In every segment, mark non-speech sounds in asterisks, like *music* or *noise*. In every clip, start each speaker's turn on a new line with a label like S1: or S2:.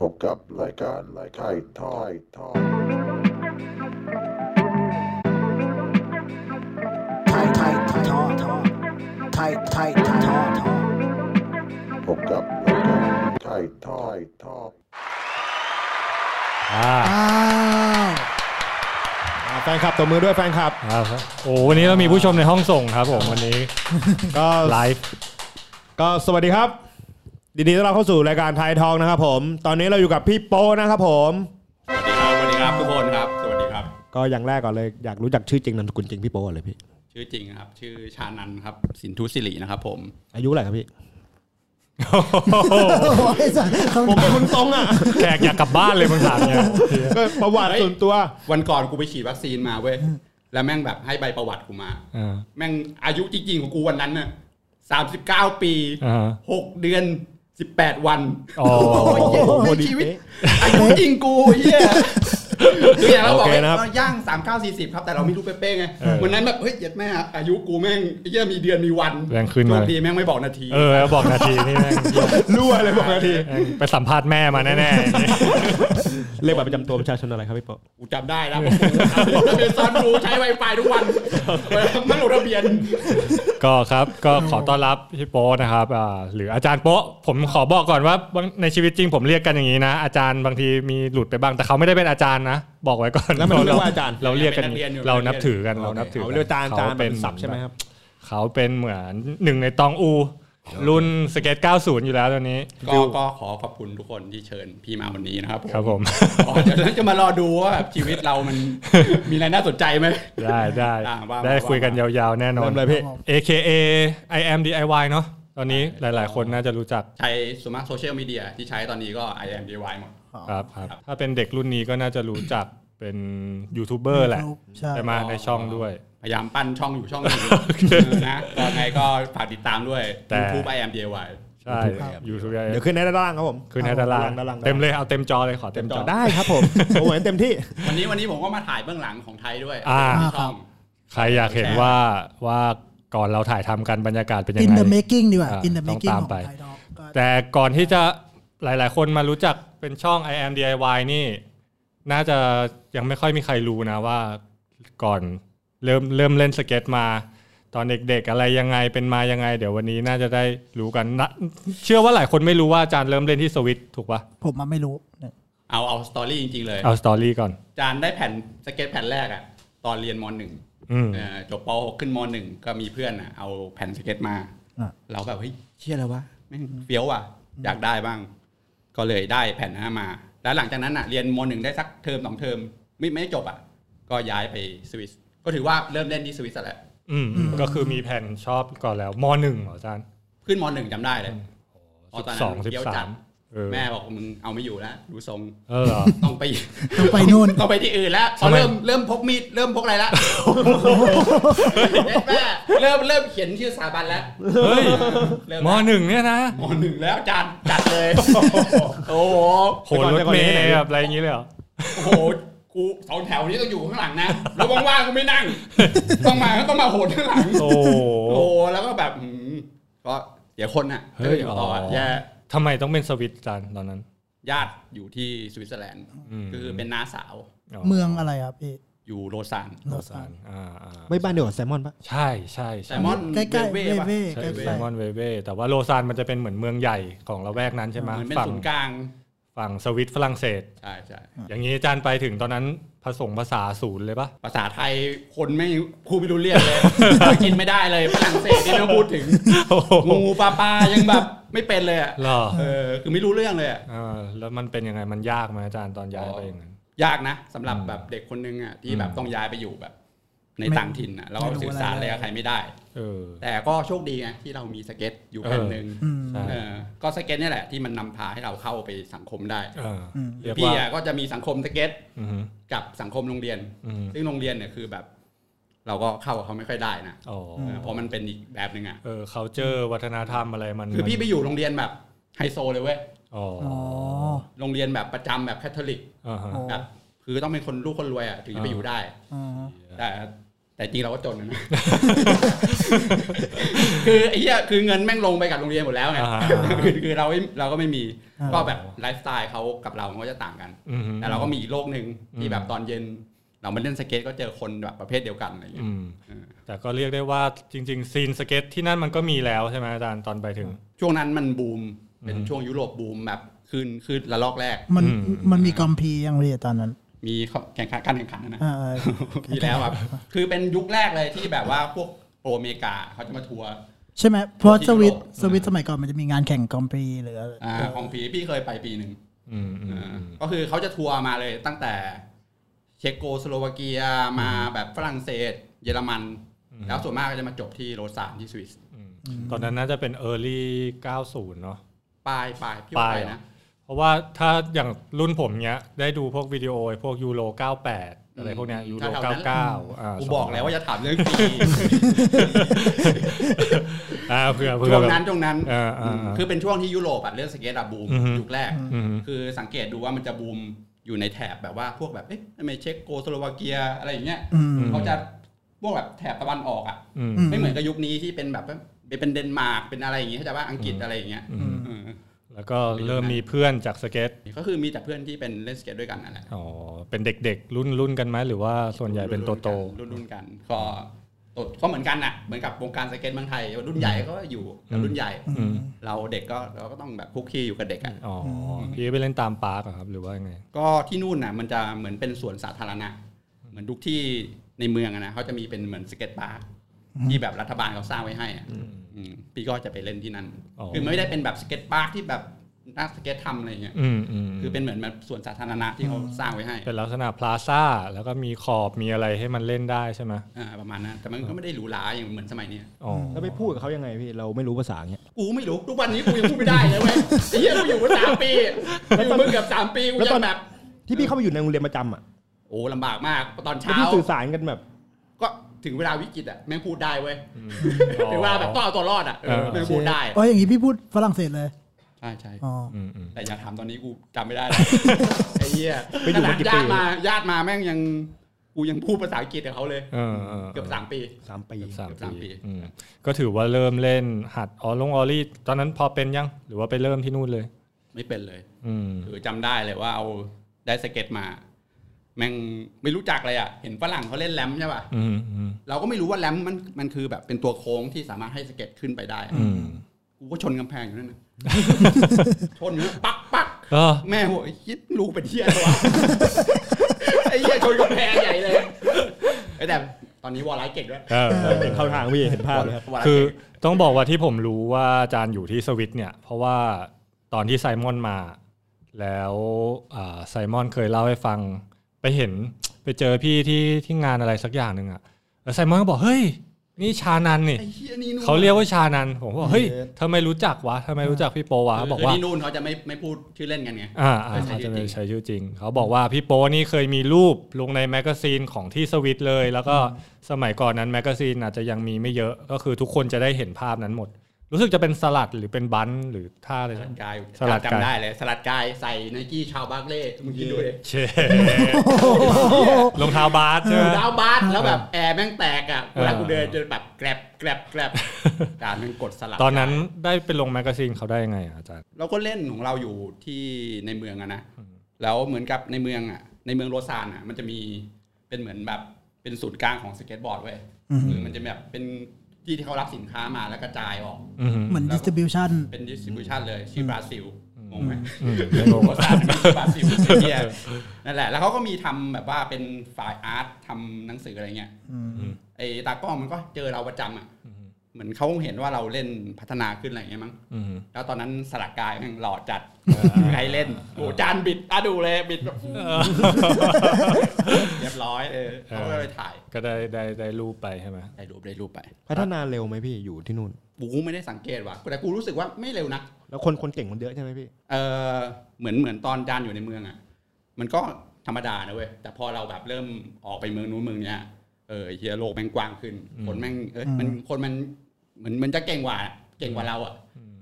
S1: พบกับรายการรายการทอยทอย
S2: tight tight talk talk tight tight talk talk
S1: พบกับรายการไทยทอยทอย
S3: อ่า
S4: อ้าวอ่าแฟนคลับตบมือด้วยแฟนคลับ
S3: ครับโอ้วันนี้เรามีผู้ชมในห้องส่งครับผมวันนี้
S4: ก็
S3: ไลฟ์
S4: ก็สวัสดีครับยินดีต้อนรับเข้าสู่รายการไทยทองนะครับผม ตอนนี้เราอยู่กับพี่โป้นะครับผม
S5: สวัสดีครับสวัสดีครับทุกคนครับ สวัสดีครับ
S4: ก็อย่างแรกก่อนเลยอยากรู้จักชื่อจริงนามสกุลจริงพี่โป้ก่อนเลยพี่
S5: ชื่อจริงนะครับ ชื่อชานันท์ครับ สินทุสิรินะครับผม
S4: อายุเท่าไหร่ครับพี่
S3: ผ
S4: ผม
S3: ม
S4: เป็นคนตรงอ่ะ
S3: แขกอยากกลับบ้านเลยมึงถามเนี่ย
S4: ก็ประวัติส่วนตัว
S5: วันก่อนกูไปฉีดวัคซีนมาเว้ย แล้วแม่งแบบให้ใบประวัติกูมา
S3: อ่า
S5: แม่งอายุจริงๆของกูวันนั้นน่ะสามสิบเก้าปี
S3: อ่าฮะ
S5: หกเดือนสิบแปดวัน
S3: อ๋อ
S5: ยเหี้ย
S4: โอ้โห
S5: แม่งชีวิต อายุจริงกูเฮียคืออย่างเราบอก
S4: โอเค
S5: เฮ้ย
S4: นะครับ
S5: เราย่างสามเก้าสี่สิบครับ แต่เราไม่รู้เป๊ะๆไง วันนั้นแบบเฮ้ยเหี้ย็ดแม่งอายุกูแม่งเฮียมีเดือนมีวัน
S3: แรงขึ้นมา
S5: โชคดีแม่งไม่บอกนาที
S3: เออแล้วบอกนาทีนี่แม่ง
S4: รั่วเลยบอกนาที
S3: ไปสัมภาษณ์แม่มาแน่
S4: เลขบัตรประจำตัวประชาชนอะไรครับพี่โป้
S5: กูจำได้แล้วผมทะเบียนซ้อนกูใช้ไวไฟทุกวันไม่ลงทะ
S3: *laughs*
S5: เบียน
S3: ๆ ก็ครับก็ขอต้อนรับพี่โป๊ะนะครับอ่าหรืออาจารย์โป๊ะผมขอบอกก่อนว่าบางในชีวิตจริงผมเรียกกันอย่างนี้นะ อาจารย์บางทีมีหลุดไปบ้างแต่เขาไม่ได้เป็นอาจารย์นะ บอกไว้ก่อน
S4: แล้วมันเรียกว่าอาจารย์
S3: เราเรียกกันอย่างนี้เรานับถือกันเรานับถือ
S4: เอา
S3: กัน
S4: เรียกอาจารย์อาจารย์
S3: ข
S4: เป็นศัพท์ใช่ไหมครับ
S3: เขาเป็นเหมือนหนึ่งในตองอู รุ่นสเก็ต 90 อยู่แล้วตอนนี้
S5: ก็ก็ขอขอบคุณทุกคนที่เชิญพี่มาวันนี้นะครับ
S3: ครับ
S4: *laughs*
S3: ผม
S5: อ๋อเดี๋ยวเราจะมารอดูว่าแบบชีวิตเรา
S3: *laughs*
S5: มันมีอะไรน่าสนใจไหม
S3: ได้ได้
S5: อ่าว่ามา
S3: ได้
S5: ว่ามา
S3: คุยกันยาวๆ แน่นอน
S4: เริ่มเลยพี่
S3: AKA I am DIY เนาะตอนนี้หลายๆ คนน่าจะรู้จัก
S5: ใช้สวนมาร์ทโซเชียลมีเดียที่ใช้ตอนนี้ก็ I am DIY หมด
S3: ครับครับ ถ้าเป็นเด็กรุ่นนี้ก็น่าจะรู้จักเป็นยูทูบเบอร์แหละ
S2: ใช่
S3: แต่มาในช่องด้วย
S5: พยายามปั้นช่องอยู่ช่องหนึงนะก็ไงก็ฝากติดตามด้วย
S3: แต่
S5: YouTube I am DIY
S3: ใช่ YouTube
S4: เดี๋ยวขึ้นในด้านล่างครับผม
S3: คือในตาราง
S4: ด้านล่าง
S3: เต็มเลยเอาเต็มจอเลยขอเต็มจอ
S4: ได้ครับผมผมเห็นเต็มที่
S5: วันนี้วันนี้ผมก็มาถ่ายเบื้องหลังของไทยด้วย
S3: อ่า
S5: ช่อง
S3: ใครอยากเห็นว่าว่าก่อนเราถ่ายทำกันบรรยากาศเป็นยัง
S2: in
S3: ไง
S2: the making ดีกว่า
S3: อ่า
S2: in the
S3: ต้อง
S2: making
S3: ตาม
S2: ของ
S3: ไป
S2: ไทยดอกก็
S3: แต่ก่อนที่จะหลาย ๆ คนมารู้จักเป็นช่อง I am DIY นี่ น่าจะยังไม่ค่อยมีใครรู้นะว่าก่อนเริ่มเริ่มเล่นสเก็ตมา ตอนเด็ก ๆ อะไรยังไงเป็นมายังไง เดี๋ยววันนี้น่าจะได้รู้กันนะเชื่อว่าหลายคนไม่รู้ว่าอาจารย์เริ่มเล่นที่สวิตถูกปะ
S2: ผมมาไม่รู้เนี่ย
S5: เอาเอาสตอรี่จริงๆเลย
S3: เอาสตอรี่ก่อน
S5: จานได้แผ่นสเก็ตแผ่นแรกอะตอนเรียนมหนึ่ง
S3: อืม
S5: เอ่อจบป .6 ขึ้นมหนึ่งก็มีเพื่อนอะเอาแผ่นสเก็ตมา
S2: อ่ะ
S5: เราแบบเฮ้ยเชี่ยอะไรวะแม่งเฟี้ยวว่ะ อยากได้บ้าง ก็เลยได้แผ่นนั้นมา แล้วหลังจากนั้นอะเรียนมหนึ่งได้สักเทอมสองเทอมไม่ไม่จบอะก็ย้ายไปสวิสก็ถือว่าเริ่มเล่นที่สวิสแหละ
S3: อืมก็คือมีแผ่นชอบก่อนแล้วมหนึ่งเหรออาจารย์
S5: ขึ้นมหนึ่งจำได้เลย
S3: สิ
S5: ต
S3: บ
S5: น
S3: สอ
S5: นั้
S3: ง
S5: น
S3: สิบ
S5: เฟี้ยว
S3: สา
S5: จั
S3: ม
S5: ด
S3: เออ
S5: แม่บอกมึงเอาไม่อยู่แล้วดูทรง
S3: เออเหรอ
S5: ต้องไป
S2: ต้องไปนู่น
S5: ต้องไปที่อื่นแล้วพอ
S3: ทำไม
S5: เริ่มเริ่มพกมีดเริ่มพก *laughs* อะไรแล้วแม่เริ่มเริ่มเขียนชื่อสถาบันแล้ว
S3: เฮ้ย
S5: เริ่
S3: ม
S5: แล้ว
S3: หนึ่งเนี่ยนะ
S5: มหนึ่งแล้วจานจัดเลย โอ้โห
S3: โหนรถเมย์แบบอะไรอย่างนี้เลยเหรอ
S5: โอ้โหกูสองแถวนี้ต้องอยู่ข้างหลังนะแล้วว่างๆกูไม่นั่ง ต้องมาก็ต้องมาโหนข้างหลัง
S3: โอ้โห
S5: โอ้โหแล้วก็แบบหืมก็เดี๋ยวคนน่ะ
S3: เฮ้ย
S5: ก็อยู่ต่ออ่ะ
S3: อ๋อ
S5: แย่
S3: ทำไมต้องเป็นสวิตจานตอนนั้น
S5: ญาติอยู่ที่สวิตเซอร์แลนด์
S3: อืม
S5: คือเป็นน้าสาว
S2: เมืองอะไรอ่ะพี่
S5: อยู่โรซาน
S2: โล
S3: โล
S2: ซา
S3: ซาน นอ่าอ่า
S4: ไม่บ้านเดียวกับแซลมอนปะ
S3: ใช่ใช่ใช่
S5: แซลมอน
S2: ใกล้ๆเว
S5: เว
S2: เว่
S5: เว่ปะ
S2: ใกล้
S5: ใช่
S3: แซลมอนเวเว่แต่ว่าโลซานมันจะเป็นเหมือนเมืองใหญ่ของละแวกนั้นใช่ไหม
S5: เหมือนเป็น
S3: ฝั่ง
S5: ศูนย์กลาง
S3: ฝั่งสวิตฝรั่งเศส
S5: ใช่ใช่
S3: อย่างนี้อาจารย์ไปถึงตอนนั้นผสมภาษาศูนย์เลยปะ
S5: ภาษาไทยคนไม่พูดไม่รู้เรื่องเลย กินไม่ได้เลยฝรั่งเศสนี่ไม่ต้องพูดถึง
S3: โอ้โห
S5: งูปลาปลายังแบบไม่เป็นเลยอะ
S3: เหรอ
S5: เออคือไม่รู้เรื่องเลยอะ
S3: อ่าแล้วมันเป็นยังไงมันยากไหมอาจารย์ตอนย้ายไปอย่างนั้น
S5: ยากนะสำหรับแบบเด็กคนนึงอ่ะที่แบบต้องย้ายไปอยู่แบบ ในต่างถิ่นอ่ะแล้วก็สื่อสารอะไรกับใครไม่ได้
S3: เออ
S5: แต่ก็โชคดีไงที่เรามีสเก็ตอยู่แผ่นหนึ่ง
S2: อืม
S3: ใช่
S5: เออก็สเก็ตเนี่ยแหละที่มันนำพาให้เราเข้าไปสังคมได้
S3: เอออ
S2: อืม
S3: เรียก
S5: พี่
S3: ว่า
S5: อะก็จะมีสังคมสเก็ต
S3: อือฮึ
S5: กับสังคมโรงเรียน
S3: อือฮึ
S5: ซึ่งโรงเรียนเนี่ยคือแบบ เราก็เข้ากับเขาไม่ค่อยได้นะ
S3: อ๋อ
S5: เออเพราะมันเป็นอีกแบบหนึ่งอ่ะ
S3: เออ culture วัฒนธรรมอะไรมัน
S5: คือพี่ไปอยู่โรงเรียนแบบไฮโซเลยเว้ย
S3: อ๋อ
S2: อ๋อ
S5: โรงเรียนแบบประจำแบบแคทอลิก
S3: อ่าฮะ
S2: อ๋อ
S5: แบบคือต้องเป็นคนลูกคนรวยอ่ะถึงจะไป
S3: อ่า
S5: อยู่ได้
S2: อ๋อ
S5: แต่ แต่จริงเราก็จนนะ คือไอ้เหี้ยคือเงินแม่งลงไปกับโรงเรียนหมดแล้วไง
S3: อ่า
S5: คือคือเราไม่เราก็ไม่มี
S6: อ่า
S5: ก็แบบไลฟ์สไตล์เขากับเรามันก็จะต่างกัน
S3: อืม
S5: แต่เราก็มีอีกโลกหนึ่งที่แบบตอนเย็น เรามาเล่นสเก็ตก็เจอคนแบบประเภทเดียวกันอะไรอย่างเงี้ย
S3: อืมแต่ก็เรียกได้ว่าจริงๆซีนสเก็ตที่นั่นมันก็มีแล้วใช่ไหมอาจารย์ตอนไปถึง
S5: ช่วงนั้นมันบูมเป็นช่วงยุโรปบูมแบบคืนคืนละลอกแรก
S6: มัน
S3: อืม
S6: มันมีกอมพียังเรียตอนนั้น
S5: มีเขาแข่งขันการแข่งขันนะนะ
S6: อ่าอ่า
S5: ที่แล้วแบบคือเป็นยุคแรกเลยที่แบบว่าพวกโปรอเมริกาเขาจะมาทัวร์
S6: ใช่ไหมเพราะสวิต
S5: ที่ยุโรป
S6: สวิตสมัยก่อนมันจะมีงานแข่งกอมพีหรืออะไร
S5: อ่าของพีพี่เคยไปปีหนึ่ง
S3: อืมอืมอืม
S5: ก็คือเขาจะทัวร์มาเลยตั้งแต่เช็กโกสโลวาเกียมาแบบฝรั่งเศส เยอรมัน
S3: อืม
S5: แล้วส่วนมากก็จะมาจบที่โรซานที่สวิส
S3: อืมตอนนั้นน่าจะเป็น early 90 เนาะ
S5: ปลายปลายพี่
S3: ป
S5: ว่า
S3: ลาย
S5: ไป
S3: เหรอ
S5: นะ
S3: เพราะว่าถ้าอย่างรุ่นผมเนี้ย ได้ดูพวกวิดีโอไอ้พวกยูโร 98 อะไรพวกเนี้ยยูโร
S5: แถวๆนั้น
S3: 99อ่า
S5: กูบอกแล้วว่าจะถามเรื่องปี
S3: อ่าเผื่อเผื่อ
S5: ช่วง
S3: แบบ
S5: นั้นช่วงนั้น
S3: เออเออเออ
S5: คือเป็นช่วงที่ยุโรปอะเรื่องสเก็ตอะบูม
S3: อือฮึ
S5: ยุคแรก
S3: อืม
S5: คือสังเกตดูว่ามันจะบูมอยู่ในแถบแบบว่าพวกแบบเอ๊ะทำไมเช็กโกสโลวาเกียอะไรอย่างเงี้ย
S6: อืม
S3: ม
S5: เขาจะพวกแบบแถบตะวันออกอ่ะ
S3: อืม
S6: ม
S5: ไม่เหมือนกับยุคนี้ที่เป็นแบบว่าเป็นเดนมาร์กเป็นอะไรอย่างงี้เขาใจปะว่าอังกฤษอะไรอย่างเงี้ย
S3: อืม
S5: เออ
S3: แล้วก็เริ่มมีเพื่อนจากสเก็ต
S5: ก็คือมีแต่เพื่อนที่เป็นเล่นสเก็ตด้วยกันนั่นแหละ
S3: อ๋อ เป็นเด็กๆ รุ่นรุ่นกันไหมหรือว่าส่วนใหญ่เป็นโตโตๆ
S5: รุ่นรุ่นๆกันก็โตก็เหมือนกันน่ะเหมือนกับวงการสเก็ตเมืองไทยรุ่นใหญ่ก็อยู่กับรุ่นใหญ่
S3: อืม
S5: เราเด็กก็เราก็ต้องแบบคุกคีอยู่กับเด็กอ่ะ
S3: อ๋อพี่ไปเล่นตามปาร์กเหรอครับ หรือว่ายังไง
S5: ก็ที่นู่นน่ะมันจะเหมือนเป็นสวนสาธารณะ เหมือนทุกที่ในเมืองอะนะเขาจะมีเป็นเหมือนสเก็ตพาร์คที่แบบรัฐบาลเขาสร้างไว้ให้อะ อืมพี่ก็จะไปเล่นที่นั่น
S3: อ๋อ
S5: คือไม่ได้เป็นแบบสเก็ตพาร์คที่แบบนักสเก็ตทำอะไรเงี้ย
S3: อืมอืม
S5: คือเป็นเหมือนแบบสวนสาธารณะที่เขาสร้างไว้ให้
S3: เป็นลักษณะพลาซ่า แล้วก็มีขอบมีอะไรให้มันเล่นได้ใช่ไหม
S5: อ่าประมาณนั้นแต่มันก็ไม่ได้หรูหราอย่างเหมือนสมัยเนี้ย
S3: อ๋อ
S4: แล้วไปพูดกับเขายังไงพี่เราไม่รู้ภาษาอย่างเงี้ย
S5: กูไม่รู้ทุกวันนี้กูยังพูดไม่ได้เลยเว้ยไอ้เหี้ยกูอยู่มาสามปีอยู่มึงเกือบสามปีกู
S4: แล้วตอน
S5: ยังแบบ
S4: ที่พี่เข้าไปอยู่ในโรงเรียนประจำอ่ะ
S5: โอ้ลำบากมากตอน
S4: แล้ว
S5: เช้า
S4: พี่สื่อสารกันแบบ
S5: ก็ถึงเวลาวิกฤตอ่ะแม่งพูดได้เว้ย
S3: อ๋อ
S5: ถึงเวลาแบบต้องเอาตัวรอดอ่ะเออ
S3: เออ
S5: แม่งพูดได้
S6: โอ้ยอย่างนี้พี่พูดฝรั่งเศสเลย
S5: ใช่ใช่
S6: อ๋อ
S3: อืมอืม
S5: แต่อย่าถามตอนนี้กูจำไม่ได้แล้วไอ้เหี้ย
S4: ไปอยู่มากี่
S5: ขนด
S4: ปี
S5: ญาติมาญาติมาแม่งยังกูยังพูดภาษาอังกฤษกับเขาเลย
S3: เออเออ
S5: เกือบสามปี
S4: สามปี
S3: เกือบสาม
S5: เกือบสาม
S3: ปี
S5: ปี
S3: อืมก็ถือว่าเริ่มเล่นหัดออลงออลี่ตอนนั้นพอเป็นยัง หรือว่าไปเริ่มที่นู่นเลย
S5: ไม่เป็นเลย
S3: อืม
S5: คือจำได้เลยว่าเอาได้สเก็ตมา แม่งไม่รู้จักเลยอ่ะ เห็นฝรั่งเขาเล่นแรมใช่ป่ะ
S3: อืมอืม
S5: เราก็ไม่รู้ว่าแรมมันมันคือแบบเป็นตัวโค้งที่สามารถให้สเก็ตขึ้นไปได้อะ
S3: อืม
S5: กูก็ชนกำแพงอยู่นั่น *laughs* นะ ชนอยู่นั่นปักปัก
S3: เออ
S5: แม่หัวไอ้ยิดลูกเป็นเที่ยอะไรวะ ไอ้เหี้ยชนกำแพงใหญ่เลยไอ้แต่ตอนนี้วอลไลท์เก่งด้วย
S3: เออเออ
S4: เห็นเข้าทางพี่เห็นภาพเลยครับ
S5: วอลไลท์
S3: คือ
S5: เก่ง
S3: ต้องบอกว่าที่ผมรู้ว่าอาจารย์อยู่ที่สวิตเนี่ย เพราะว่าตอนที่ไซมอนมา แล้วอ่าไซมอนเคยเล่าให้ฟัง ไปเห็น ไปเจอพี่ที่ที่งานอะไรสักอย่างหนึ่งอะแล้วไซมอนก็บอกเฮ้ย นี่ชานันนี่
S5: ไอ้เหี้ยนี่นู่น
S3: เขาเรียกว่าชานันผมก็บอกเฮ้ย
S4: เออ
S3: ทำไมรู้จักวะทำไมรู้จักพี่โปวะเขาบอกว่า
S5: คืที่นู่นเขาจะไม่ไม่พูดชื่อเล่นกันไง
S3: อ่าอ่า
S5: ใช้
S3: เขา
S5: ชื่
S3: จะ
S5: อจริง
S3: ไม่ใช้ชื่อจริง เขาบอกว่าพี่โป้นี่เคยมีรูปลงในแมกกาซีนของที่สวิตเลย แล้วก็สมัยก่อนนั้นแมกกาซีนอาจจะยังมีไม่เยอะ ก็คือทุกคนจะได้เห็นภาพนั้นหมด รู้สึกจะเป็นสลัดหรือเป็นบันหรือท่าอะไร
S5: สลั
S3: สัก
S5: ด
S3: อย่าง
S5: กาย
S3: สลัดกาย
S5: จำได้เลย สลัดกายใส่ไนกี้ชาวบาร์เล่มึงคิดดูดิ
S3: เชรองเท้าบาสใช่ไหม
S5: ดาวบาสแล้วแบบแอร์แม่งแตกอ่ะเวลากู
S3: เออ
S5: เดินจะแบบแกรบแกรบแกรบ
S3: *laughs*
S5: การมันกดสลัด
S3: ตอนนั้นได้ไปลงแมกกาซีนเขาได้ยังไงอะอาจารย์
S5: เราก็เล่นของเราอยู่ที่ในเมืองอะนะ แล้วเหมือนกับในเมืองอ่ะ ในเมืองโรซานอ่ะ มันจะมีเป็นเหมือนแบบเป็นศูนย์กลางของสเก็ตบอร์ดเว้ยคือมันจะแบบเป็นที่ที่เขารับสินค้ามาแล้วกระจายออก
S3: อืม
S6: เหมือนดิสติบิวชัน
S5: เป็นดิสติบิชันเลยชื่อบราซิลงงไหม
S3: อืม
S5: โรซานที่บรา *laughs* ซิลไอ้เหี้ยนั่นแหละ แล้วเขาก็มีทำแบบว่าเป็นฝ่ายอาร์ตทำหนังสืออะไรเงี้ยไอ้ตากล้องมันก็เจอเราประจำอ่ะเหมือนเขาเห็นว่าเราเล่นพัฒนาขึ้นอะไรเงี้ยมั้ง
S3: อืม
S5: แล้วตอนนั้นสลักกายแม่งหล่อจัดใครเล่นโอ้จานบิดอ่ะดูเลยบิดแบบ *laughs* เรียบร้อยเออเขาก็ไปถ่าย
S3: ก็ได้ได้ได้รูปไปใช่ไหม
S5: ได้รูปได้รูปไป
S4: พัฒนาเร็วไหมพี่อยู่ที่นู่น
S5: กูไม่ได้สังเกตว่ะแต่กูรู้สึกว่าไม่เร็วนะ
S4: แล้วคนคนเก่งมันเยอะใช่ไหมพี่
S5: เออเหมือนเหมือนตอนจานอยู่ในเมืองอ่ะ มันก็ธรรมดานะเว้ยแต่พอเราแบบเริ่มออกไปเมืองนู้นเมืองเนี้ยเออไอ้เฮียโลกแม่งกว้างขึ้น คนแม่งเอยมันคนมันเหมือนมันจะเก่งกว่าเก่งกว่าเราอ่ะ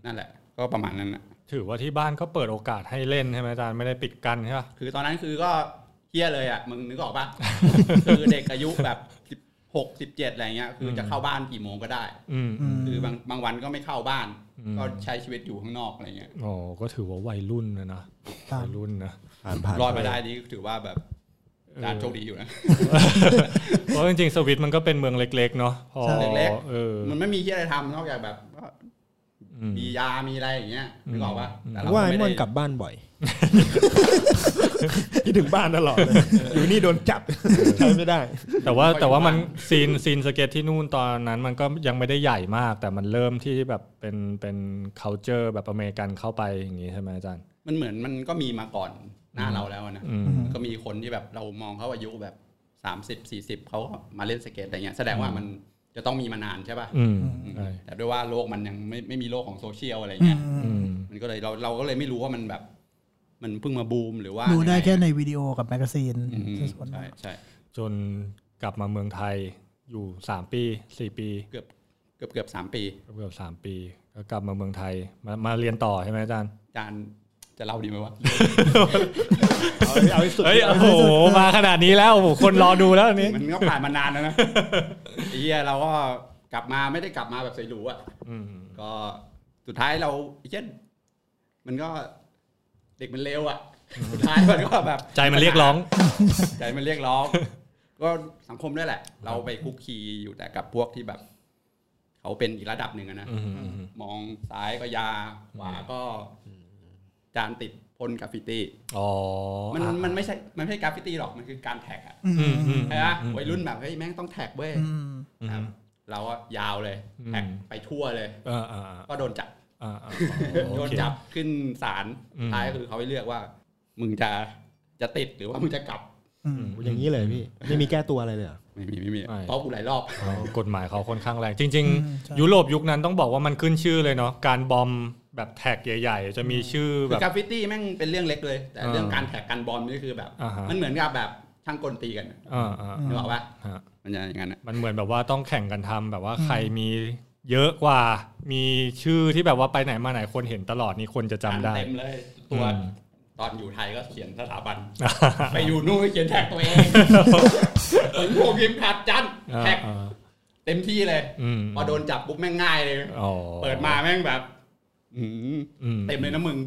S5: นั่นแหละ ก็ประมาณนั้นอ่ะ
S3: ถือว่าที่บ้านเขาเปิดโอกาสให้เล่นใช่ไหมอาจารย์ไม่ได้ปิดกันใช่ป่ะ *laughs*
S5: คือตอนนั้นคือก็เฮียเลยอ่ะมึงนึกออกปะ คือเด็กอายุแบบ หกสิบเจ็ดอะไรเงี้ยคือจะเข้าบ้านกี่โมงก็ได้
S3: อืม
S6: อืม
S5: หรือบางบางวันก็ไม่เข้าบ้าน
S3: อืม
S5: ก็ใช้ชีวิตอยู่ข้างนอกอะไรเงี้ย
S3: อ๋อก็ถือว่าวัยรุ่นนะนะ
S6: ตาม
S3: วัยรุ่นนะ
S4: ผ่านผ่าน
S5: รอดมาได้นี่ถือว่าแบบ
S3: เออ
S5: จานโชคดีอยู่นะ
S3: เพราะจริงๆสวิตมันก็เป็นเมืองเล็ก ๆ เนาะพอ
S5: ใช่เล็ก
S3: เออ
S5: มันไม่มีที่อะไรทำนอกจากแบบว่า
S3: อืม
S5: มียามีอะไรอย่างเงี้ย
S3: อืม
S5: นึกออกปะแต่เร
S4: ว่าไอ้
S5: ไม่
S4: มอน
S5: ได้
S4: กลับบ้านบ่อย *laughs* คิดถึงบ้านตลอดเลยอยู่นี่โดนจับใช้ไม่ได้
S3: แต่ว่าแต่ว่ามันซีนซีนสเก็ตที่นู่นตอนนั้นมันก็ยังไม่ได้ใหญ่มาก แต่มันเริ่มที่แบบเป็นเป็น culture แบบอเมริกันเข้าไปอย่างนี้ใช่ไหมอาจารย์
S5: มันเหมือนมันก็มีมาก่อนหน้าเราแล้วนะ
S3: อืม
S5: ก็มีคนที่แบบเรามองเขาอายุแบบสามสิบสี่สิบเขาก็มาเล่นสเก็ตอะไรเงี้ยแสดงว่ามันจะต้องมีมานานใช่ป่ะ
S3: อืม
S5: อืม
S3: ใช่
S5: แต่ด้วยว่าโลกมันยังไม่ไม่มีโลกของโซเชียลอะไร
S6: อื
S5: เงี้
S6: ม
S5: ย
S6: อืม
S3: อืม
S5: มันก็เลยเราเราก็เลยไม่รู้ว่ามันแบบ มันเพิ่งมาบูมหรือว่า
S6: รู้ได้
S5: ยังง
S6: แค่ในวิดีโอกับแมกกาซีน
S5: อืม
S6: ที่ส่วนมา
S5: ใช่
S6: ก
S5: ใช่
S3: จนกลับมาเมืองไทยอยู่สามปีสี่ปี
S5: เกือบเกือบเกือบสามปี
S3: เกือบสามปีก็กลับมาเมืองไทยมามาเรียนต่อใช่ไหมอาจารย์
S5: อาจารย์จะเล่าดีไหมวะ
S4: เอาให้สุด
S3: เฮ้ยโอ้โหมาขนาดนี้แล้วโอ้โหคนรอดูแล้วอันนี้
S5: มันก็ผ่านมานานแล้วนะ ไอ้เฮียเราก็กลับมาไม่ได้กลับมาแบบใส่หรูอ่ะ
S3: อืม
S5: ก็สุดท้ายเราไอ้เฮียมันก็เด็กมันเลวอ่ะ สุดท้ายมันก็แบบ
S3: ใจมันเรียกร้อง
S5: ใจมันเรียก
S3: *laughs*
S5: ร้อง ก็สังคมด้วยแหละ เราไปคุกคีอยู่แต่กับพวกที่แบบ เขาเป็นอีกระดับหนึ่งอะนะ
S3: อืมอืม
S5: มองซ้ายก็ยา ขวาก็จานติดพ่นกราฟฟิตี้
S3: อ๋อ
S5: มัน
S3: อ่ะ
S5: มันไม่ใช่ มันไม่ใช่กราฟฟิตี้หรอก มันคือการแท็กอะ
S3: อืมอืม
S5: ใช่ปะวัยรุ่นแบบเฮ้ยแม่งต้องแท็กเว้ย
S6: อืม
S3: อื
S5: ครับ
S3: ม
S5: เราก็ยาวเลย แท็ก
S3: อืม
S5: ไปทั่วเลย
S3: อ่าอ่า
S5: ก็โดนจับ
S3: อ่าอ่า
S5: โด
S3: โอน เค
S5: จับขึ้นศาล
S3: อืม
S5: ท้ายก็คือเขาให้เลือกว่า มึงจะจะติดหรือว่ามึงจะกลับ
S6: อืม
S4: อย่างนี้เลยพี่ไม่มีแก้ตัวอะไรเลยเหรอ
S5: ไม่มีไม่มี
S3: ไม่
S5: เพราะกูหลายรอบ
S3: อ๋อกฎหมายเขาค่อนข้างแรง จริง
S6: อืมใช่
S3: ๆ ยุโรปยุคนั้นต้องบอกว่ามันขึ้นชื่อเลยเนาะการบอมแบบแท็กใหญ่ ๆ จะมีชื่อ
S5: คื
S3: แบ
S5: อบ กราฟฟิตี้แม่งเป็นเรื่องเล็กเลย แต่เรื่อง
S3: อ่า
S5: การแท็กการบอมนี่คือแบบ
S3: อ่าฮะ
S5: มันเหมือนกับแบบช่างกลตีกัน
S3: อ่าอ่า
S5: นึกออกปะ
S3: ฮะ
S5: มันจะอย่างนั้นอะ
S3: มันเหมือนแบบว่าต้องแข่งกันทำแบบว่าใครมีเยอะกว่า มีชื่อที่แบบว่าไปไหนมาไหนคนเห็นตลอดนี่คนจะจำได้
S5: เต็มเลยตัว
S3: อืม
S5: ตอนอยู่ไทยก็เขียนสถาบัน ไปอยู่นู่นก็เขียนแท็กตั
S3: *laughs*
S5: วเองผมโผพิมพ์ขาดจัน
S3: อ่า
S5: แท็ก
S3: อ่า
S5: เต็มที่เลย
S3: อืม
S5: พอโดนจับปุ๊บแม่งง่ายเลย
S3: อ๋อ
S5: เปิดมาแม่งแบบอืม
S3: อื
S5: เต็มเลยนะมึง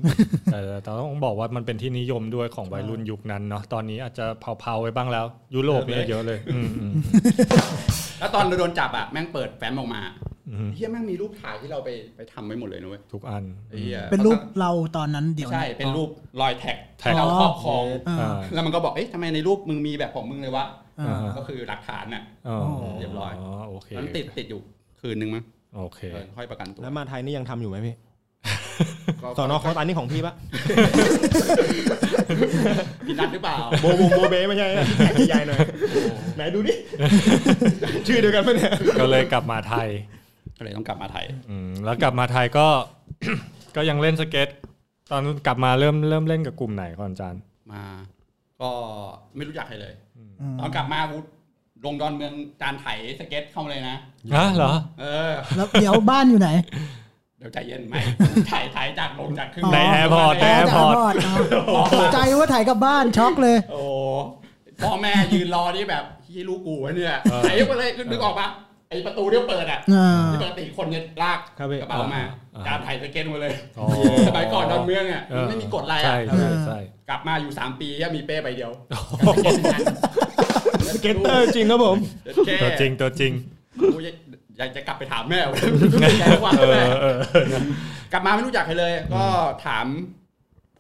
S3: แต่แต่ต้องบอกว่ามันเป็นที่นิยมด้วยของวัยรุ่นยุคนั้นเนาะตอนนี้อาจจะเผาๆไว้บ้างแล้ว ยุโรปเนี่ยเยอะเลยอืม
S5: *laughs*
S3: อืม
S5: แล้วตอนเราโดนจับอะแม่งเปิดแฟ้มออกมา
S3: อืม
S5: เฮียแม่งมีรูปถ่ายที่เราไปไปทำไว้หมดเลยนะเว้ย
S3: ทุกอัน
S5: ไอ้เฮีย
S6: เป็นรูปเราตอนนั้นเดี๋ยว
S5: ใช่
S6: นะ
S5: เป็นรูปรอยแท็ก
S3: แท็ก
S5: ที่เราครอบครอง
S6: อ่า
S3: อ่า
S5: แล้วมันก็บอกเอ๊ะทำไมในรูปมึงมีแบบของมึงเลยวะ
S6: อ่า
S5: ก็คือหลักฐานน่ะ
S3: อ๋อ
S5: เรียบร้อย
S3: โอเค
S5: มันติดติดอยู่คืนนึงมั้ง
S3: โอเค
S5: เออค่อยประกันตัว
S4: แล้วมาไทยนี่ยังทำอยู่ไหมพี่
S5: ก็
S4: สอนอคอตันนี่ของพี่ปะ
S5: พินัดหรือเปล่า
S4: โบโบโบเบ้ไม่ใช่นะใหญ่หน่อยไหนดู
S7: *laughs*
S4: ดิ ชื่อเดียวกันปะเนี่ย
S3: ก็เลยกลับมาไทย
S5: ก็เลยต้องกลับมาไทย
S3: อืมแล้วกลับมาไทยก็ *coughs* ก็ยังเล่นสเก็ต ตอนกลับมาเริ่มเริ่มเล่นกับกลุ่มไหนก่อนอาจารย์
S5: มา ก็ไม่รู้จักใครเลย
S6: อืม
S5: ตอนกลับมากูลงดอนเมืองจานไถสเก็ตเข้ามาเลยนะ
S3: ฮะเหรอ
S5: เออ
S6: แล้วเดี๋ยวบ้านอยู่ไหน
S5: เดี๋ยวใจเย็นไหม ไถไถจากลงจากขึ้น
S3: ใน airport
S5: แอ
S3: แอร์
S5: ร์
S3: พ
S6: พ
S3: อ
S6: อ
S3: ร์
S6: ร์
S3: ต
S6: ตตกใจว่าถ่ายกลับบ้านช็อกเลย
S5: โอ้พ่อแม่ยืนรอนี่แบบที่ลูกกูวะเนี่ยไถมาเลยนึกออกปะไอประตูที่เปิดอ่ะ
S6: เออ
S5: ที่ปกติคนจะลากกระเป๋ามา
S3: อ่า
S5: จานไถสเก็ตมาเลย
S3: อ๋อ
S5: สมัยก่อนดอนเมืองอ่ะมันไม่มีกฎอะไร
S3: ใช่
S5: อ่ะ
S3: ใช่ใช่
S5: กลับมาอยู่ 3 ปีก็มีเป้ใบเดียว
S4: สเก็ตเตอร์จริงครับผม
S5: แค่
S3: ตัวจริงตัวจริง
S5: กูอยากอยากจะกลับไปถามแม่ว่ารู้สึกไงวะ
S3: เอ
S5: แม่
S3: อเออ
S5: กลับมาไม่รู้จักใครเลย ก็ถาม